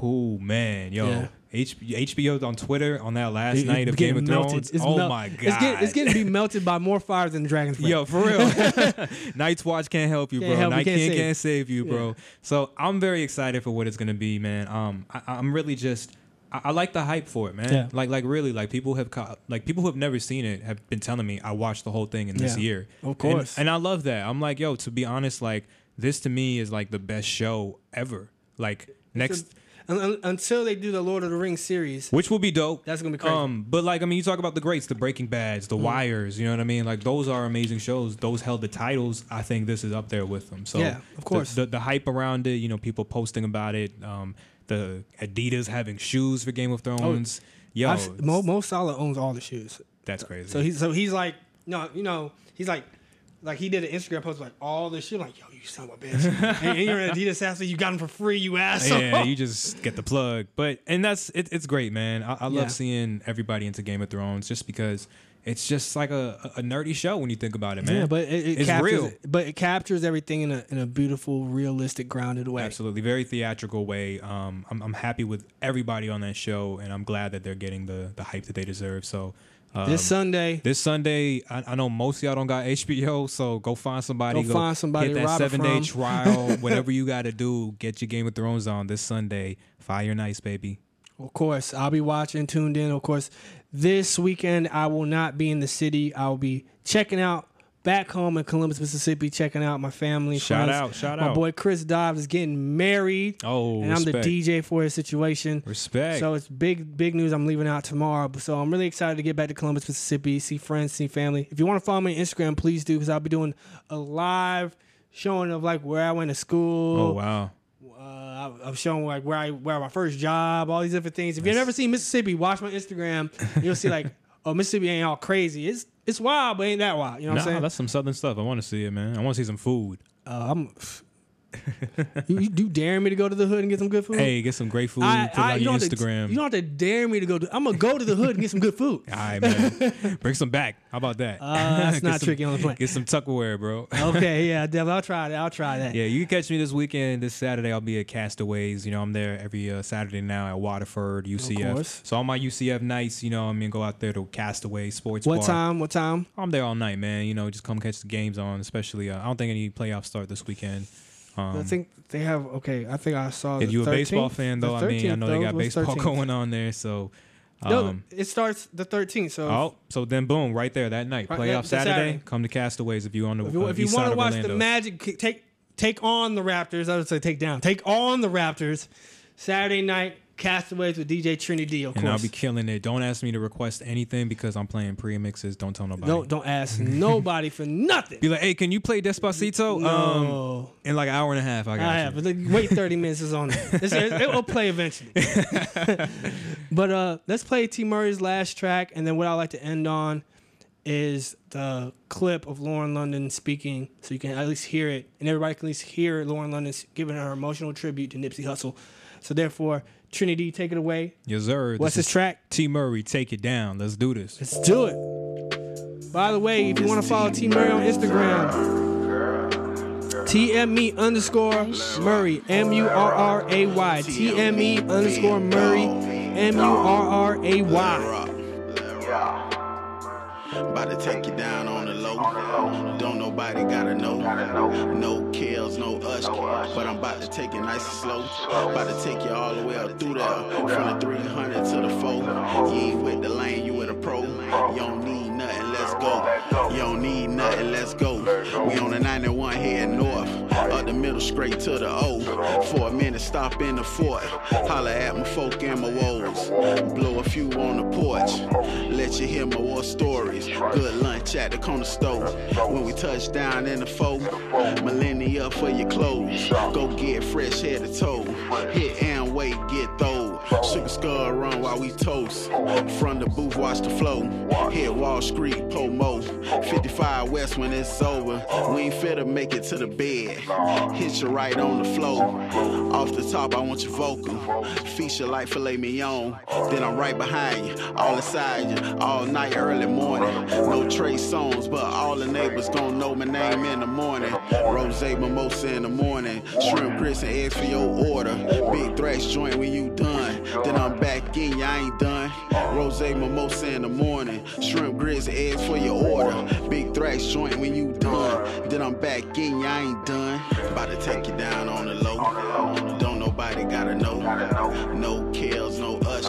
Speaker 1: oh man, yo.
Speaker 2: Yeah.
Speaker 1: H- HBO 's on Twitter on that last
Speaker 2: It-
Speaker 1: night
Speaker 2: it's
Speaker 1: of Game of
Speaker 2: getting melted.
Speaker 1: Thrones.
Speaker 2: It's
Speaker 1: oh
Speaker 2: melt-
Speaker 1: my god,
Speaker 2: It's, get, it's getting to be melted by more fire than the dragon's breath.
Speaker 1: Yo, for real. *laughs* Night's Watch can't help you,
Speaker 2: Can't
Speaker 1: bro.
Speaker 2: help you,
Speaker 1: Night
Speaker 2: can't
Speaker 1: can't,
Speaker 2: save.
Speaker 1: can't save you, bro. So I'm very excited for what it's gonna be, man. Um, I, I'm really just. I, I like the hype for it, man.
Speaker 2: Yeah.
Speaker 1: Like, like really, like people have co- like people who have never seen it have been telling me I watched the whole thing in this
Speaker 2: Yeah.
Speaker 1: year.
Speaker 2: Of
Speaker 1: And-
Speaker 2: course.
Speaker 1: and I love that. I'm like, yo, to be honest, like this to me is like the best show ever. Like next,
Speaker 2: Un- un- until they do the Lord of the Rings series.
Speaker 1: which will be dope.
Speaker 2: That's gonna be crazy. Mm-hmm.
Speaker 1: Um, but like, I mean, you talk about the greats, the Breaking Bad's, the Wires. You know what I mean? Like, those are amazing shows. Those held the titles. I think this is up there with them. So
Speaker 2: Yeah, of course.
Speaker 1: The, the, the hype around it, you know, people posting about it. Um, the Adidas having shoes for Game of Thrones. Yo,
Speaker 2: Oh, I've s- Mo, Mo Salah owns all the shoes,
Speaker 1: that's crazy.
Speaker 2: so he's so he's like no, you know, he's like. Like he did an Instagram post like all this shit like yo you son of a
Speaker 1: *laughs*
Speaker 2: bitch and, and you're an Adidas athlete you got him for free you asshole
Speaker 1: yeah,
Speaker 2: *laughs*
Speaker 1: you just get the plug. But and that's it, it's great, man. I, I love
Speaker 2: Yeah.
Speaker 1: seeing everybody into Game of Thrones just because it's just like a, a nerdy show when you think about it, man.
Speaker 2: Yeah, but it, it
Speaker 1: it's
Speaker 2: captures,
Speaker 1: real.
Speaker 2: but it captures everything in a in a beautiful realistic grounded way
Speaker 1: Absolutely, very theatrical way. Um, I'm, I'm happy with everybody on that show, and I'm glad that they're getting the the hype that they deserve. So. Um,
Speaker 2: this Sunday
Speaker 1: this Sunday, I, I know most of y'all don't got *laughs* HBO, so go find somebody.
Speaker 2: Go find somebody
Speaker 1: Get
Speaker 2: to
Speaker 1: that
Speaker 2: rob it
Speaker 1: seven day
Speaker 2: from. *laughs*
Speaker 1: trial, whatever you got to do. Get your Game of Thrones on this Sunday. Fire nice, baby.
Speaker 2: Of course, I'll be watching, tuned in. Of course, this weekend I will not be in the city. I'll be checking out back home in Columbus, Mississippi, checking out my family.
Speaker 1: Shout
Speaker 2: friends.
Speaker 1: out, shout
Speaker 2: my
Speaker 1: out.
Speaker 2: boy Chris Dobbs is getting married.
Speaker 1: Oh,
Speaker 2: and I'm
Speaker 1: respect.
Speaker 2: the DJ for his situation.
Speaker 1: Respect.
Speaker 2: So it's big, big news. I'm leaving out tomorrow, so I'm really excited to get back to Columbus, Mississippi, see friends, see family. If you want to follow me on Instagram, please do, because I'll be doing a live showing of like where I went to school
Speaker 1: Oh wow,
Speaker 2: uh, I, I'm showing like where I where my first job, all these different things. If you've never seen Mississippi, watch
Speaker 1: *laughs*
Speaker 2: my Instagram. You'll see like, oh, Mississippi ain't all crazy. It's it's wild, but ain't that wild. You know what
Speaker 1: nah,
Speaker 2: I'm saying?
Speaker 1: that's some southern stuff. I want to see it, man. I want to see some food.
Speaker 2: Uh, I'm *laughs* you, you do daring me to go to the hood and get some good food?
Speaker 1: Hey, get some great food.
Speaker 2: I,
Speaker 1: put it
Speaker 2: I,
Speaker 1: on
Speaker 2: you,
Speaker 1: your
Speaker 2: don't have to-
Speaker 1: Instagram.
Speaker 2: you don't have to dare me to go. To, I'm gonna go to the hood and get some good
Speaker 1: *laughs*
Speaker 2: food. *laughs*
Speaker 1: All right, man. Bring some back. How about that?
Speaker 2: Uh, that's
Speaker 1: *laughs* Get
Speaker 2: not
Speaker 1: some-
Speaker 2: tricky on the plane.
Speaker 1: Get some Tupperware,
Speaker 2: *laughs*
Speaker 1: bro.
Speaker 2: okay, yeah, devil, I'll try that. I'll try that.
Speaker 1: Yeah, you can catch me this weekend, this Saturday. I'll be at Castaways. You know, I'm there every uh, Saturday now at Waterford,
Speaker 2: course.
Speaker 1: UCF. So on my UCF nights, you know, I'm gonna go out there to Castaway Sports
Speaker 2: What
Speaker 1: Bar.
Speaker 2: time? What time?
Speaker 1: I'm there all night, man. You know, just come catch the games on. Especially, uh, I don't think any playoffs start this weekend. Um,
Speaker 2: I think they have. Okay, I think I saw.
Speaker 1: if
Speaker 2: the
Speaker 1: you're a baseball
Speaker 2: 13th.
Speaker 1: fan,
Speaker 2: The
Speaker 1: though, I mean, I
Speaker 2: 13th,
Speaker 1: know they
Speaker 2: though,
Speaker 1: got
Speaker 2: was
Speaker 1: baseball *laughs*
Speaker 2: 13th.
Speaker 1: going on there. So,
Speaker 2: No,
Speaker 1: um,
Speaker 2: it starts the 13th. So
Speaker 1: oh, so then boom, right there that night,
Speaker 2: Right,
Speaker 1: playoff
Speaker 2: yeah, the
Speaker 1: Saturday,
Speaker 2: Saturday.
Speaker 1: Come to Castaways if you on the
Speaker 2: if you,
Speaker 1: uh,
Speaker 2: if you
Speaker 1: east side
Speaker 2: want to
Speaker 1: of
Speaker 2: watch the
Speaker 1: Orlando.
Speaker 2: Magic, k- take take on the Raptors. I would say take down. Take on the Raptors. Saturday night, Castaways with DJ Trinity D. Of
Speaker 1: and I'll
Speaker 2: course.
Speaker 1: be killing it. Don't ask me to request anything because I'm playing premixes. Don't tell nobody.
Speaker 2: don't don't ask nobody for nothing. Oh.
Speaker 1: Be like, hey, can you play Despacito? *laughs* Um,
Speaker 2: no,
Speaker 1: in like an hour and a half, I got
Speaker 2: I
Speaker 1: you.
Speaker 2: have. But like, wait thirty minutes is on there. It's, it, it will play eventually. *laughs* but uh, let's play T Murray's last track, and then what I like to end on is the clip of Lauren London speaking, so you can at least hear it, and everybody can at least hear Lauren London giving her emotional tribute to Nipsey Hussle. So therefore, Trinity, take it away.
Speaker 1: Yes, sir.
Speaker 2: What's
Speaker 1: this
Speaker 2: this track?
Speaker 1: T Murray, take it down. Let's do this.
Speaker 2: Let's do it. By the way, if you want to follow T Murray on Instagram, TME underscore Murray, M U R R A Y. TME underscore Murray, M U R R A Y.
Speaker 4: Rock. About to take you down on the low. Don't nobody gotta know. No kills, no us. But I'm about to take it nice and slow. About to take you all the way up through there. From the 300 to the 4. You ain't with the lane, you in a pro. You don't need nothing, let's go. You don't need nothing, let's go. We on the 91 heading north. Up the middle, straight to the O. For a minute, stop in the fort. Holla at my folk and my woes. Blow a few on the porch. Let you hear my war stories. Good lunch at the corner store. When we touch down in the fold, millennia for your clothes. Go get fresh head to toe. Hit and wait, get throw. Sugar skull run while we toast. From the booth, watch the flow. Hit Wall Street, Pomo. 55 West when it's over. We ain't fit to make it to the bed. Hit you right on the floor. Off the top, I want your vocal. Feature like filet mignon. Then I'm right behind you, all inside you, all night, early morning. No Trey songs, but all the neighbors gon' know my name in the morning. Rose mimosa in the morning. Shrimp grits and eggs for your order. Big thrash joint when you done. Then I'm back in, you I ain't done. Rose mimosa in the morning. Shrimp grits and eggs for your order. Big thrash joint when you done. Then I'm back in, you I ain't done. About to take you down on the low. Don't nobody gotta know. No kills, no us.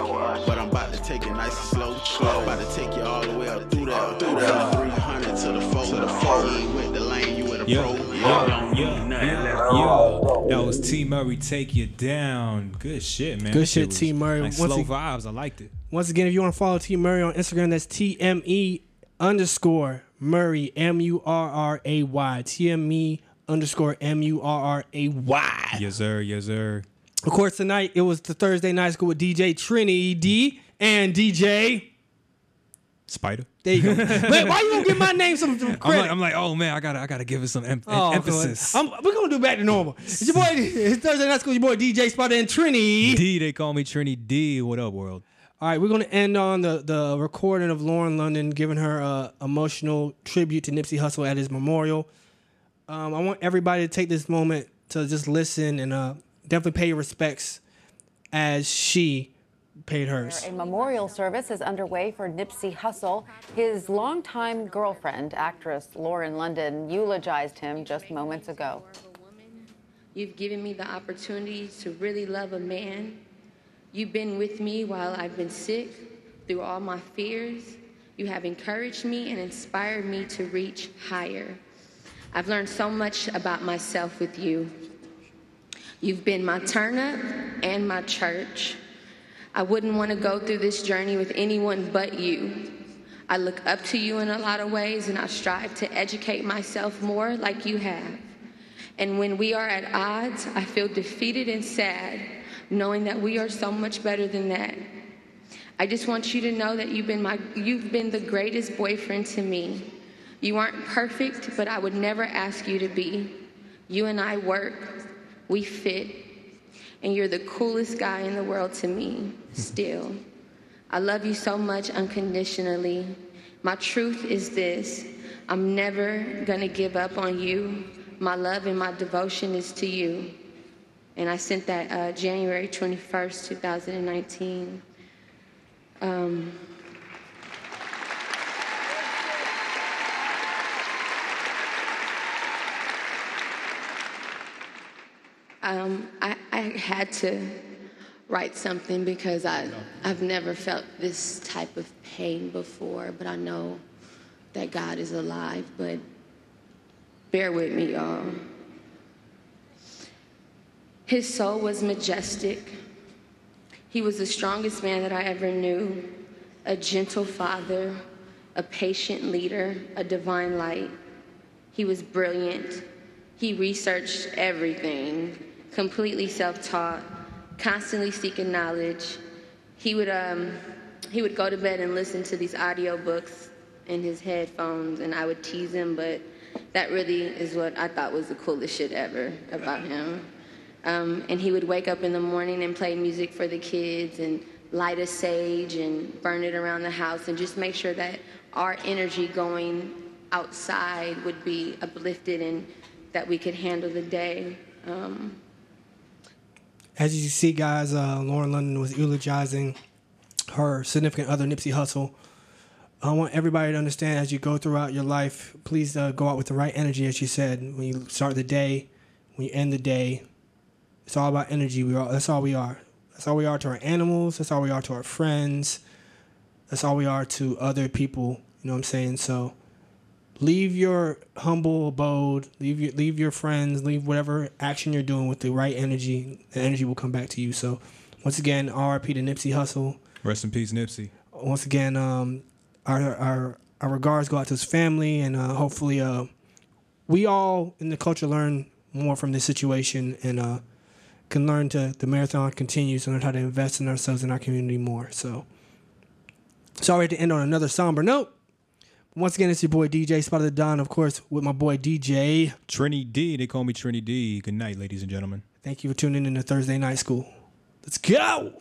Speaker 4: But I'm about to take it nice and slow. Slow. About to take you all the way up through there. Through there. 300 to the four. To the four. You ain't with the lane, you with a
Speaker 1: Yeah,
Speaker 4: pro.
Speaker 1: yeah, yeah, yeah, yeah. That was T Murray, take you down. Good shit, man.
Speaker 2: Good
Speaker 1: That
Speaker 2: shit,
Speaker 1: was
Speaker 2: T. Murray.
Speaker 1: Like
Speaker 2: Once
Speaker 1: slow
Speaker 2: ag-
Speaker 1: vibes. I liked it.
Speaker 2: Once again, if you want to follow T Murray on Instagram, that's TME underscore Murray, M U R R A Y. TME underscore M U R R A Y.
Speaker 1: Yes, sir. Yes, sir.
Speaker 2: Of course, tonight it was the Thursday night school with DJ Trinity D and DJ.
Speaker 1: Spider. *laughs*
Speaker 2: There you go. Wait, why you gonna give my name some, some
Speaker 1: I'm
Speaker 2: credit?
Speaker 1: like, I'm like, oh man, I gotta, I gotta give it some em-
Speaker 2: Oh,
Speaker 1: emphasis.
Speaker 2: come on. I'm, we're gonna do back to normal. It's your boy. It's Thursday night school. Your boy DJ Spotter and Trini.
Speaker 1: D, they call me Trini D. What up, world?
Speaker 2: All right, we're gonna end on the the recording of Lauren London giving her uh, emotional tribute to Nipsey Hussle at his memorial. Um, I want everybody to take this moment to just listen and uh, definitely pay your respects as she paid hers.
Speaker 5: A memorial service is underway for Nipsey Hussle. His longtime girlfriend, actress Lauren London, eulogized him just moments ago.
Speaker 6: You've given me the opportunity to really love a man. You've been with me while I've been sick, through all my fears. You have encouraged me and inspired me to reach higher. I've learned so much about myself with you. You've been my turn up and my church. I wouldn't want to go through this journey with anyone but you. I look up to you in a lot of ways and I strive to educate myself more like you have. And when we are at odds, I feel defeated and sad, knowing that we are so much better than that. I just want you to know that you've been my you've been the greatest boyfriend to me. You aren't perfect, but I would never ask you to be. You and I work. We fit. And you're the coolest guy in the world to me, still. I love you so much unconditionally. My truth is this I'm never gonna give up on you. My love and my devotion is to you. And I sent that uh, January 21st, 2019. Um, I, I had to write something because I, I've never felt this type of pain before, but I know that God is alive. But bear with me, y'all. His soul was majestic. He was the strongest man that I ever knew, a gentle father, a patient leader, a divine light. He was brilliant. He researched everything, completely self-taught, constantly seeking knowledge. He would um, he would go to bed and listen to these audiobooks in his headphones, and I would tease him, but that really is what I thought was the coolest shit ever about him. Um, and he would wake up in the morning and play music for the kids and light a sage and burn it around the house and just make sure that our energy going outside would be uplifted and that we could handle the day. Um,
Speaker 2: As you see, guys, uh, Lauren London was eulogizing her significant other, Nipsey Hussle. I want everybody to understand as you go throughout your life, please uh, go out with the right energy, as she said. When you start the day, when you end the day, it's all about energy. We are, that's all we are. That's all we are to our animals. That's all we are to our friends. That's all we are to other people. You know what I'm saying? So leave your humble abode, leave your leave your friends, leave whatever action you're doing with the right energy. The energy will come back to you. So once again, RIP to Nipsey Hustle.
Speaker 7: Rest in peace, Nipsey.
Speaker 2: Once again, um, our our our regards go out to his family, and uh, hopefully, uh, we all in the culture learn more from this situation and uh, can learn to the marathon continues and learn how to invest in ourselves and our community more. So, sorry to end on another somber note. Once again, it's your boy DJ Spot of the Don, of course, with my boy DJ.
Speaker 7: Trini D. They call me Trini D. Good night, ladies and gentlemen.
Speaker 2: Thank you for tuning in to Thursday Night School. Let's go.